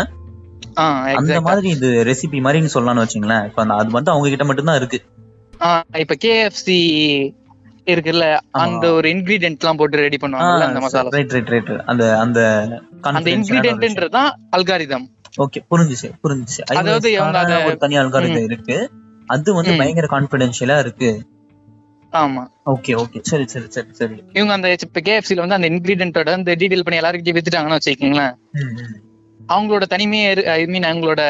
Speaker 2: ஆ,
Speaker 1: அந்த
Speaker 2: exact.
Speaker 1: மாதிரி இது ரெசிபி மாதிரின்னு சொல்லலாம்னு வச்சுங்களேன் இப்ப அந்த- அது மட்டும் அவங்க கிட்ட மட்டும் தான் இருக்கு
Speaker 2: ஆ, இப்ப கேஎஃப்சி இருக்குல்ல
Speaker 1: ஆமா.
Speaker 2: அந்த ஒரு இன்கிரீடியன்ட் எல்லாம் போட்டு ரெடி பண்ணுவாங்கல்ல அந்த மசாலா
Speaker 1: ரைட் ரைட் ரைட் அந்த அந்த
Speaker 2: அந்த இன்கிரீடியன்ட்ன்றது தான் அல்காரிதம்
Speaker 1: ஓகே புரிஞ்சுச்சு புரிஞ்சுச்சு
Speaker 2: அதாவது
Speaker 1: அதாவது
Speaker 2: இவங்க அத-
Speaker 1: ஒரு தனி அல்காரிதம் இருக்கு அது வந்து
Speaker 2: ம்.
Speaker 1: பயங்கர கான்பிடென்ஷியலா இருக்கு
Speaker 2: ஆமா
Speaker 1: ஓகே ஓகே சரி சரி சரி சரி
Speaker 2: இவங்க அந்த இப்ப கேஎஃப்சில வந்து அந்த இன்கிரீடியன்ட்டோட அந்த டீடைல் பண்ணி எல்லாருக்கிட்டையும் வித்துட்டாங்கன்னு வச்சுக்கோங்களேன்
Speaker 1: ம், ம்.
Speaker 2: அவங்களோட தனிமையே ஐ மீன் அவங்களோட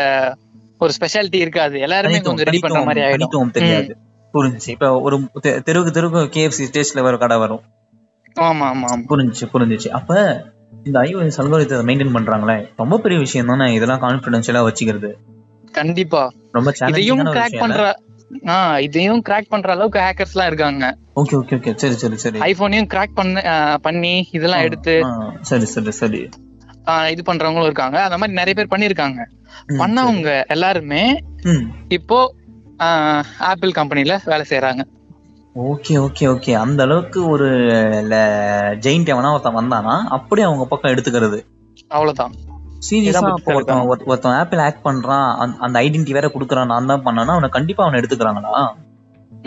Speaker 2: ஒரு ஸ்பெஷாலிட்டி இருக்காது எல்லாருமே
Speaker 1: தனித்துவம்,
Speaker 2: கொஞ்சம் ரெடி பண்ற மாதிரி
Speaker 1: தனித்துவம்,
Speaker 2: ஆயிடும்
Speaker 1: தனித்துவம் தெரியாது புரிஞ்சுச்சு இப்ப ஒரு தெ- தெருவுக்கு தெருவுக்கு கேஎஃப்சி ஸ்டேஜ்ல வர கடை வரும்
Speaker 2: ஆமா ஆமா ஆமா
Speaker 1: புரிஞ்சுச்சு புரிஞ்சுச்சு அப்ப இந்த ஐஓஎஸ் அல்காரிதத்தை மெயின்டைன் பண்றாங்களே ரொம்ப பெரிய விஷயம் தானே இதெல்லாம் கான்பிடென்ஷியலா வச்சுக்கிறது
Speaker 2: கண்டிப்பா
Speaker 1: ரொம்ப
Speaker 2: இதையும்
Speaker 1: சேலஞ்சிங்கான
Speaker 2: கிராக்
Speaker 1: விஷயம்
Speaker 2: பண்ற ஆ இதையும் கிராக் பண்ற அளவுக்கு ஹேக்கர்ஸ் எல்லாம் இருக்காங்க
Speaker 1: ஓகே ஓகே ஓகே சரி சரி சரி
Speaker 2: ஐபோனையும் கிராக் பண்ண ஆ, பண்ணி இதெல்லாம் எடுத்து
Speaker 1: ஆ, சரி சரி சரி
Speaker 2: ஆ, இது பண்றவங்களும் இருக்காங்க அந்த மாதிரி நிறைய பேர் பண்ணிருக்காங்க
Speaker 1: ம்,
Speaker 2: பண்ணவங்க எல்லாருமே
Speaker 1: சரி. ம்
Speaker 2: இப்போ ஆப்பிள் கம்பெனில வேலை செய்யறாங்க
Speaker 1: ஓகே ஓகே ஓகே அந்த அளவுக்கு ஒரு ஜெயிண்ட் எவனா ஒருத்தன் வந்தானா அப்படியே அவங்க பக்கம் எடுத்துக்கிறது
Speaker 2: அவ்வளவுதான்
Speaker 1: சீரியஸா
Speaker 2: இதான்
Speaker 1: அப்போ ஒருத்தன் ஒருத்த- ஒருத்தன் ஆப்பிள் ஹேக் பண்றான் அந்த- அந்த ஐடென்டி வேற குடுக்கறான் நான் தான் பண்ணனா அவனை கண்டிப்பா அவனை எடுத்துக்கிறாங்களா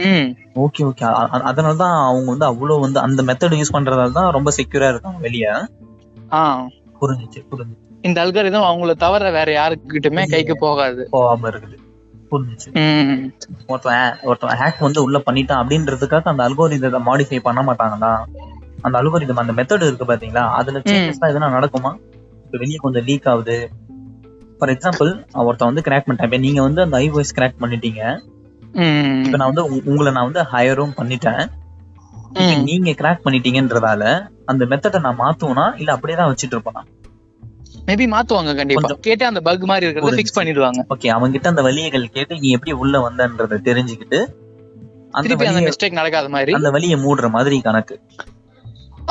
Speaker 2: ம்
Speaker 1: ஓகே ஓகே அதனால தான் அவங்க வந்து அவ்வளவு வந்து அந்த மெத்தட் யூஸ் பண்றதால தான் ரொம்ப செக்யூரா இருக்காங்க வெளிய
Speaker 2: ஆ
Speaker 1: புரிஞ்சுச்சு புரிஞ்சுச்சு
Speaker 2: இந்த அல்காரிதம் அவங்கள தவிர வேற யாருக்கிட்டுமே கைக்கு போகாது
Speaker 1: போகாம இருக்குது புரிஞ்சுச்சு
Speaker 2: ம்
Speaker 1: ஒருத்தன் ha- ஒருத்தன் ஹேக் வந்து உள்ள பண்ணிட்டான் அப்படின்றதுக்காக அந்த அல்கோரிதத்தை மாடிஃபை பண்ண மாட்டாங்களா அந்த அல்கோரிதம் அந்த மெத்தட் இருக்கு பாத்தீங்களா அதுல சேஞ்சஸ் எதுனா நடக்குமா இப்ப வெளியே கொஞ்சம் லீக் ஆகுது ஃபார் எக்ஸாம்பிள் ஒருத்தன் வந்து கிராக் பண்ணிட்டேன் இப்ப நீங்க வந்து அந்த ஐவாய்ஸ் கிராக் பண்ணிட்டீங்க
Speaker 2: ம்
Speaker 1: இப்ப நான் வந்து உ- உங்களை நான் வந்து ஹையரும் பண்ணிட்டேன் இப்ப
Speaker 2: ம்.
Speaker 1: நீங்க கிராக் பண்ணிட்டீங்கன்றதால அந்த மெத்தடை நான் மாத்துவேனா இல்ல அப்படியே தான் வச்சிட்டு இருப்பேனா
Speaker 2: மேபி மாத்துவாங்க கண்டிப்பா கேட்டே அந்த பக் மாதிரி இருக்கிறத
Speaker 1: புரிஞ்சுச்சு.
Speaker 2: ஃபிக்ஸ் பண்ணிடுவாங்க
Speaker 1: ஓகே அவங்க கிட்ட அந்த வழியைகள் கேட்டு நீ எப்படி உள்ள வந்தன்றதை தெரிஞ்சுக்கிட்டு அந்த
Speaker 2: திருப்பி அந்த
Speaker 1: வழியை
Speaker 2: மிஸ்டேக் நடக்காத மாதிரி
Speaker 1: அந்த வழியை மூடுற மாதிரி கணக்கு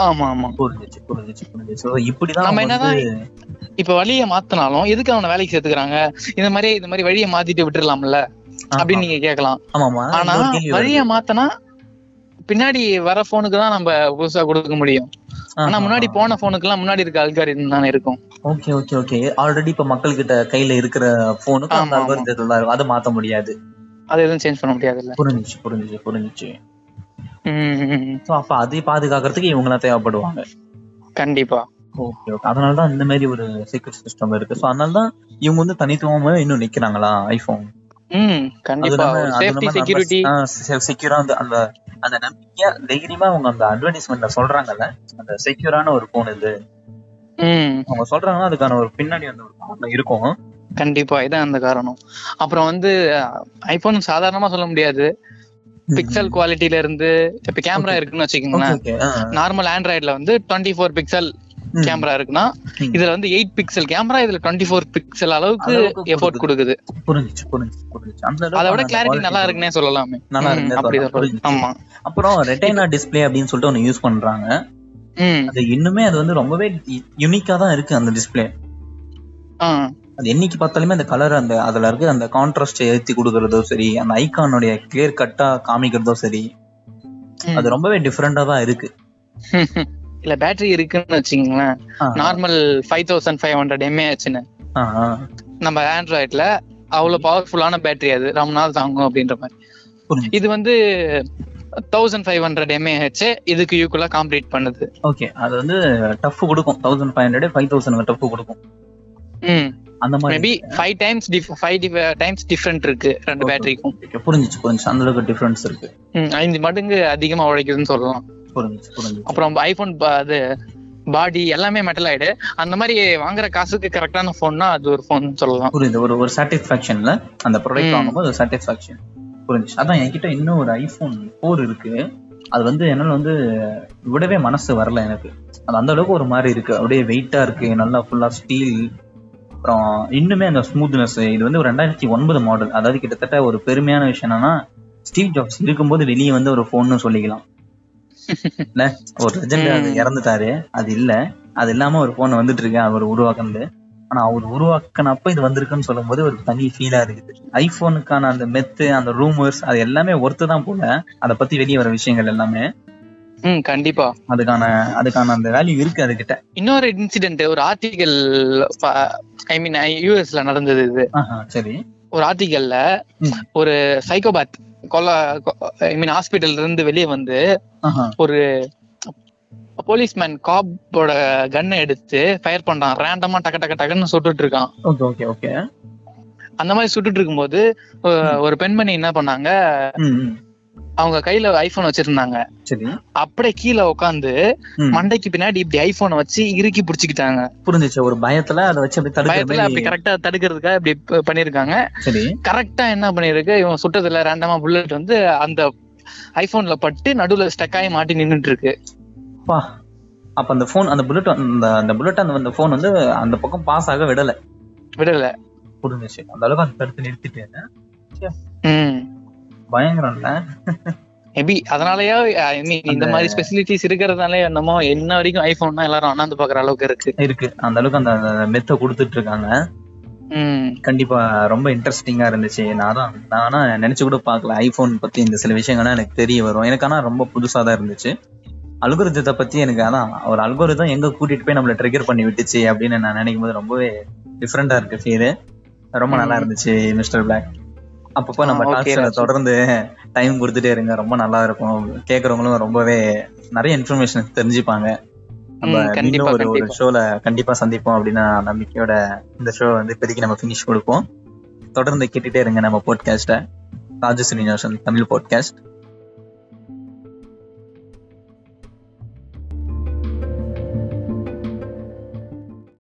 Speaker 2: ஆமா ஆமா
Speaker 1: புரிஞ்சுச்சு புரிஞ்சுச்சு புரிஞ்சுச்சு So, இப்படிதான்
Speaker 2: நம்ம
Speaker 1: அவங்க
Speaker 2: என்னதான்
Speaker 1: வந்து
Speaker 2: இப்ப வழியை மாத்தினாலும் எதுக்கு அவனை வேலைக்கு சேர்த்துக்கிறாங்க இந்த மாதிரி இந்த மாதிரி வழியை மாத்திட்டு விட்டுறலாம்ல அப்படின்னு நீங்க கேட்கலாம்
Speaker 1: ஆமாமா
Speaker 2: ஆனா
Speaker 1: இன்னொரு கேள்வி வருது.
Speaker 2: வழியை மாத்தினா பின்னாடி வர போனுக்கு தான் நம்ம புதுசா கொடுக்க முடியும் ஆனா
Speaker 1: ஆஹா.
Speaker 2: முன்னாடி போன போனுக்கு எல்லாம் முன்னாடி இருக்க அல்காரிதம் தானே இருக்கும்
Speaker 1: ஓகே ஓகே ஓகே ஆல்ரெடி இப்ப மக்கள் கிட்ட கையில இருக்கிற போனுக்கு அந்த
Speaker 2: ஆமா, ஆமா.
Speaker 1: அல்காரிதத்துல தான் இருக்கும் அதை மாத்த முடியாது
Speaker 2: அது எதுவும் சேஞ்ச் பண்ண முடியாது இல்ல
Speaker 1: புரிஞ்சுச்சு புரிஞ்சுச்சு புரிஞ்சுச்சு சோ அப்ப அதை பாதுகாக்கிறதுக்கு இவங்க எல்லாம் தேவைப்படுவாங்க
Speaker 2: கண்டிப்பா
Speaker 1: ஓகே ஓகே அதனாலதான் இந்த மாதிரி ஒரு சீக்ரெட் சிஸ்டம் இருக்கு சோ அதனாலதான் இவங்க வந்து தனித்துவமா இன்னும் நிக்கிறாங்களா ஐபோன்
Speaker 2: ம் கண்டிப்பா சேஃப்டி செக்யூரிட்டி
Speaker 1: செக்யூரா அந்த அந்த அந்த நம்பிக்கையா தைரியமா அவங்க அந்த அட்வர்டைஸ்மெண்ட்ல சொல்றாங்கல்ல அந்த செக்யூரான ஒரு போன் இது
Speaker 2: ம்
Speaker 1: அவங்க சொல்றாங்கன்னா அதுக்கான ஒரு பின்னாடி அந்த ஒரு காரணம் இருக்கும்
Speaker 2: கண்டிப்பா இதான் அந்த காரணம் அப்புறம் வந்து ஐபோன் சாதாரணமா சொல்ல முடியாது பிக்சல் குவாலிட்டில இருந்து இப்ப கேமரா இருக்குன்னு
Speaker 1: ஓகே
Speaker 2: வச்சுக்கோங்களேன்
Speaker 1: ஓகே
Speaker 2: நார்மல் ஆண்ட்ராய்டுல வந்து டுவெண்ட்டி ஃபோர் பிக்சல் கேமரா இருக்குன்னா
Speaker 1: ம்.
Speaker 2: இதுல வந்து எயிட் பிக்சல் கேமரா இதுல டுவெண்ட்டி ஃபோர் பிக்சல் அளவுக்கு
Speaker 1: அளவுக்கு
Speaker 2: எஃபோர்ட் கொடுக்குது
Speaker 1: புரிஞ்சுச்சு புரிஞ்சுச்சு புரிஞ்சுச்சு அந்த
Speaker 2: அதை விட
Speaker 1: அளவுக்கு
Speaker 2: கிளாரிட்டி
Speaker 1: quality
Speaker 2: நல்லா இருக்குன்னே சொல்லலாமே
Speaker 1: நல்லா
Speaker 2: ம்,
Speaker 1: இருக்குன்னே
Speaker 2: அப்படிதான்
Speaker 1: சொல்லலாம்.
Speaker 2: சொல்லலாம். ஆமா
Speaker 1: அப்புறம் ரெட்டைனா டிஸ்ப்ளே அப்படின்னு சொல்லிட்டு ஒன்னு யூஸ் பண்றாங்க
Speaker 2: ம்
Speaker 1: அது இன்னுமே அது வந்து ரொம்பவே யூனிக்கா தான் இருக்கு அந்த டிஸ்ப்ளே
Speaker 2: ஆ <laughs>
Speaker 1: அது என்னைக்கு பார்த்தாலுமே அந்த கலர் அந்த அதுல இருக்கு அந்த கான்ட்ராஸ்ட் ஏத்தி கொடுக்கறதோ சரி அந்த ஐகானுடைய கிளியர் கட்டா காமிக்கிறதோ சரி
Speaker 2: ம்.
Speaker 1: அது ரொம்பவே டிஃப்ரெண்டா தான் இருக்கு
Speaker 2: இல்ல பேட்டரி இருக்குன்னு வச்சுக்கோங்களேன்
Speaker 1: ஆ,
Speaker 2: normal five thousand five hundred எம்ஏஹெச்னு
Speaker 1: ஆ, ஆ.
Speaker 2: நம்ம ஆண்ட்ராய்ட்ல அவ்வளவு பவர்ஃபுல்லான பேட்டரி அது ரொம்ப நாள் தாங்கும் அப்படின்ற மாதிரி
Speaker 1: புரிஞ்சுச்சு.
Speaker 2: இது வந்து தௌசண்ட் ஃபைவ் ஹண்ட்ரட் எம்ஏஹெச் இதுக்கு யூக்குள்ள காம்ப்ளீட் பண்ணுது
Speaker 1: ஓகே அது வந்து டஃப் கொடுக்கும் thousand five hundred five thousand tough கொடுக்கும்
Speaker 2: ம்
Speaker 1: அந்த மாதிரி
Speaker 2: maybe five times five times different இருக்கு ரெண்டு பேட்டரிக்கும்
Speaker 1: இருக்கு. புரிஞ்சுச்சு புரிஞ்சுச்சு அந்த அளவுக்கு டிஃபரன்ஸ் இருக்கு
Speaker 2: ஐந்து மடங்கு அதிகமா உழைக்குதுன்னு சொல்லலாம்
Speaker 1: புரிஞ்சுச்சு புரிஞ்சுச்சு
Speaker 2: அப்புறம் ஐபோன் அது பாடி எல்லாமே மெட்டல் ஆயிடு அந்த மாதிரி வாங்குற காசுக்கு கரெக்டான ஃபோன்னா அது ஒரு ஃபோன் சொல்லலாம்
Speaker 1: புரியுது ஒரு ஒரு சாட்டிஸ்ஃபேக்ஷன்ல அந்த ப்ராடக்ட்
Speaker 2: ம்.
Speaker 1: வாங்கும்போது ஒரு சாட்டிஸ்ஃபேக்ஷன் புரிஞ்சுச்சு அதான் என்கிட்ட இன்னும் ஒரு ஐபோன் ஃபோர் இருக்கு அது வந்து என்னால வந்து விடவே மனசு வரல எனக்கு அது அந்த அளவுக்கு ஒரு மாதிரி இருக்கு அப்படியே வெயிட்டா இருக்கு நல்லா ஃபுல்லா ஸ்டீல் அப்புறம் இன்னுமே அந்த ஸ்மூத்னஸ் இது வந்து ஒரு ரெண்டாயிரத்தி ஒன்பது மாடல் அதாவது கிட்டத்தட்ட ஒரு பெருமையான விஷயம் என்னன்னா ஸ்டீவ் ஜாப்ஸ் இருக்கும்போது வெளியே வந்து ஒரு ஃபோன்னு சொல்லிக்கலாம் இல்ல ஒரு லெஜெண்ட்
Speaker 2: ம்.
Speaker 1: இறந்துட்டாரு அது இல்ல அது இல்லாம ஒரு ஃபோன் வந்துட்டு இருக்கு அவர் உருவாக்குனது ஆனா அவர் உருவாக்கினப்ப இது வந்திருக்குன்னு சொல்லும்போது ஒரு தனி ஃபீலா இருக்குது ஐபோனுக்கான அந்த மெத்து அந்த ரூமர்ஸ் அது எல்லாமே ஒருத்து தான் போல அதை பத்தி வெளியே வர விஷயங்கள் எல்லாமே
Speaker 2: ம் கண்டிப்பா
Speaker 1: அதுக்கான அதுக்கான அந்த வேல்யூ இருக்கு அதுகிட்ட
Speaker 2: இன்னொரு இன்சிடென்ட் ஒரு ஆர்டிகல் ஐ மீன் யூஎஸ்ல நடந்தது இது
Speaker 1: ஆஹா, சரி
Speaker 2: ஒரு ஆர்டிகல்ல
Speaker 1: ம்.
Speaker 2: ஒரு சைக்கோபாத் கொலை ஐ மீன் ஹாஸ்பிட்டல்ல இருந்து வெளியே வந்து
Speaker 1: ஆஹா,
Speaker 2: போலீஸ்மேன் காப்போட கன்னை எடுத்து ஃபயர் பண்றான் ரேண்டமா டக்கு டக்கு டக்குன்னு சுட்டுட்டு இருக்கான்
Speaker 1: ஓகே ஓகே ஓகே
Speaker 2: அந்த மாதிரி சுட்டுட்டு இருக்கும்போது அஹ், ஒரு பெண்மணி என்ன பண்ணாங்க
Speaker 1: ம், ம்.
Speaker 2: அவங்க கையில ஐபோன் வச்சிருந்தாங்க
Speaker 1: சரி
Speaker 2: அப்படியே கீழே உட்காந்து
Speaker 1: ம்.
Speaker 2: மண்டைக்கு பின்னாடி இப்படி ஐபோனை வச்சு இறுக்கி பிடிச்சிக்கிட்டாங்க
Speaker 1: புரிஞ்சுச்சு ஒரு பயத்துல அதை வச்சு அப்படி
Speaker 2: பயத்துல
Speaker 1: தடுக்கிறது
Speaker 2: அப்படி கரெக்டா தடுக்கிறதுக்காக இப்படி ப- பண்ணிருக்காங்க
Speaker 1: சரி
Speaker 2: கரெக்டா என்ன பண்ணிருக்கு இவன் சுட்டதுல ரேண்டமா புல்லட் வந்து அந்த ஐபோன்ல பட்டு நடுவுல ஸ்டக் ஆகி மாட்டி நின்னுட்டு இருக்கு
Speaker 1: பா அப்ப அந்த போன் அந்த புல்லட் அந்த அந்த புல்லட் அந்த அந்த போன் வந்து அந்த பக்கம் பாஸ் ஆக விடல
Speaker 2: விடல
Speaker 1: புரிஞ்சுச்சு அந்த அளவுக்கு அந்த தடுத்து நிறுத்திட்டு
Speaker 2: ம்
Speaker 1: பயங்கரம் இல்ல
Speaker 2: மேபி அதனாலயா ஐ மீன் இந்த மாதிரி ஸ்பெசிலிட்டிஸ் இருக்கிறதுனால என்னமோ என்ன வரைக்கும் ஐபோன்னா எல்லாரும் அண்ணாந்து பாக்குற அளவுக்கு இருக்கு
Speaker 1: இருக்கு அந்த அளவுக்கு அந்த அந்த மெத்தை கொடுத்துட்டு இருக்காங்க
Speaker 2: ம்
Speaker 1: கண்டிப்பா ரொம்ப இன்ட்ரெஸ்டிங்கா இருந்துச்சு நான் தான் நான் ஆனா நினைச்சு கூட பார்க்கல ஐபோன் பத்தி இந்த சில விஷயங்கள்லாம் எனக்கு தெரிய வரும் எனக்கு ஆனா ரொம்ப புதுசா தான் இருந்துச்சு அல்கோரிதத்தை பத்தி எனக்கு அதான் ஒரு அல்கோரிதம் எங்க கூட்டிட்டு போய் நம்மள ட்ரிகர் பண்ணி விட்டுச்சு அப்படின்னு நான் நினைக்கும் போது ரொம்பவே டிஃப்ரெண்டா இருக்கு ஃபீல் ரொம்ப நல்லா இருந்துச்சு மிஸ்டர் பிளாக் அப்பப்போ நம்ம
Speaker 2: ஆ, okay,
Speaker 1: டாக்ஸில்
Speaker 2: ராஜு.
Speaker 1: தொடர்ந்து டைம் கொடுத்துட்டே இருங்க ரொம்ப நல்லா இருக்கும் கேட்கறவங்களும் ரொம்பவே நிறைய இன்ஃபர்மேஷன் தெரிஞ்சுப்பாங்க நம்ம
Speaker 2: ம், கண்டிப்பா,
Speaker 1: இன்னும் ஒரு ஒரு
Speaker 2: கண்டிப்பா.
Speaker 1: ஷோல கண்டிப்பா சந்திப்போம் அப்படின்னு நான் நம்பிக்கையோட இந்த ஷோ வந்து இப்போதைக்கு நம்ம ஃபினிஷ் கொடுப்போம் தொடர்ந்து கேட்டுட்டே இருங்க நம்ம பாட்காஸ்ட்டை ராஜஸ்ரீ தமிழ் பாட்காஸ்ட்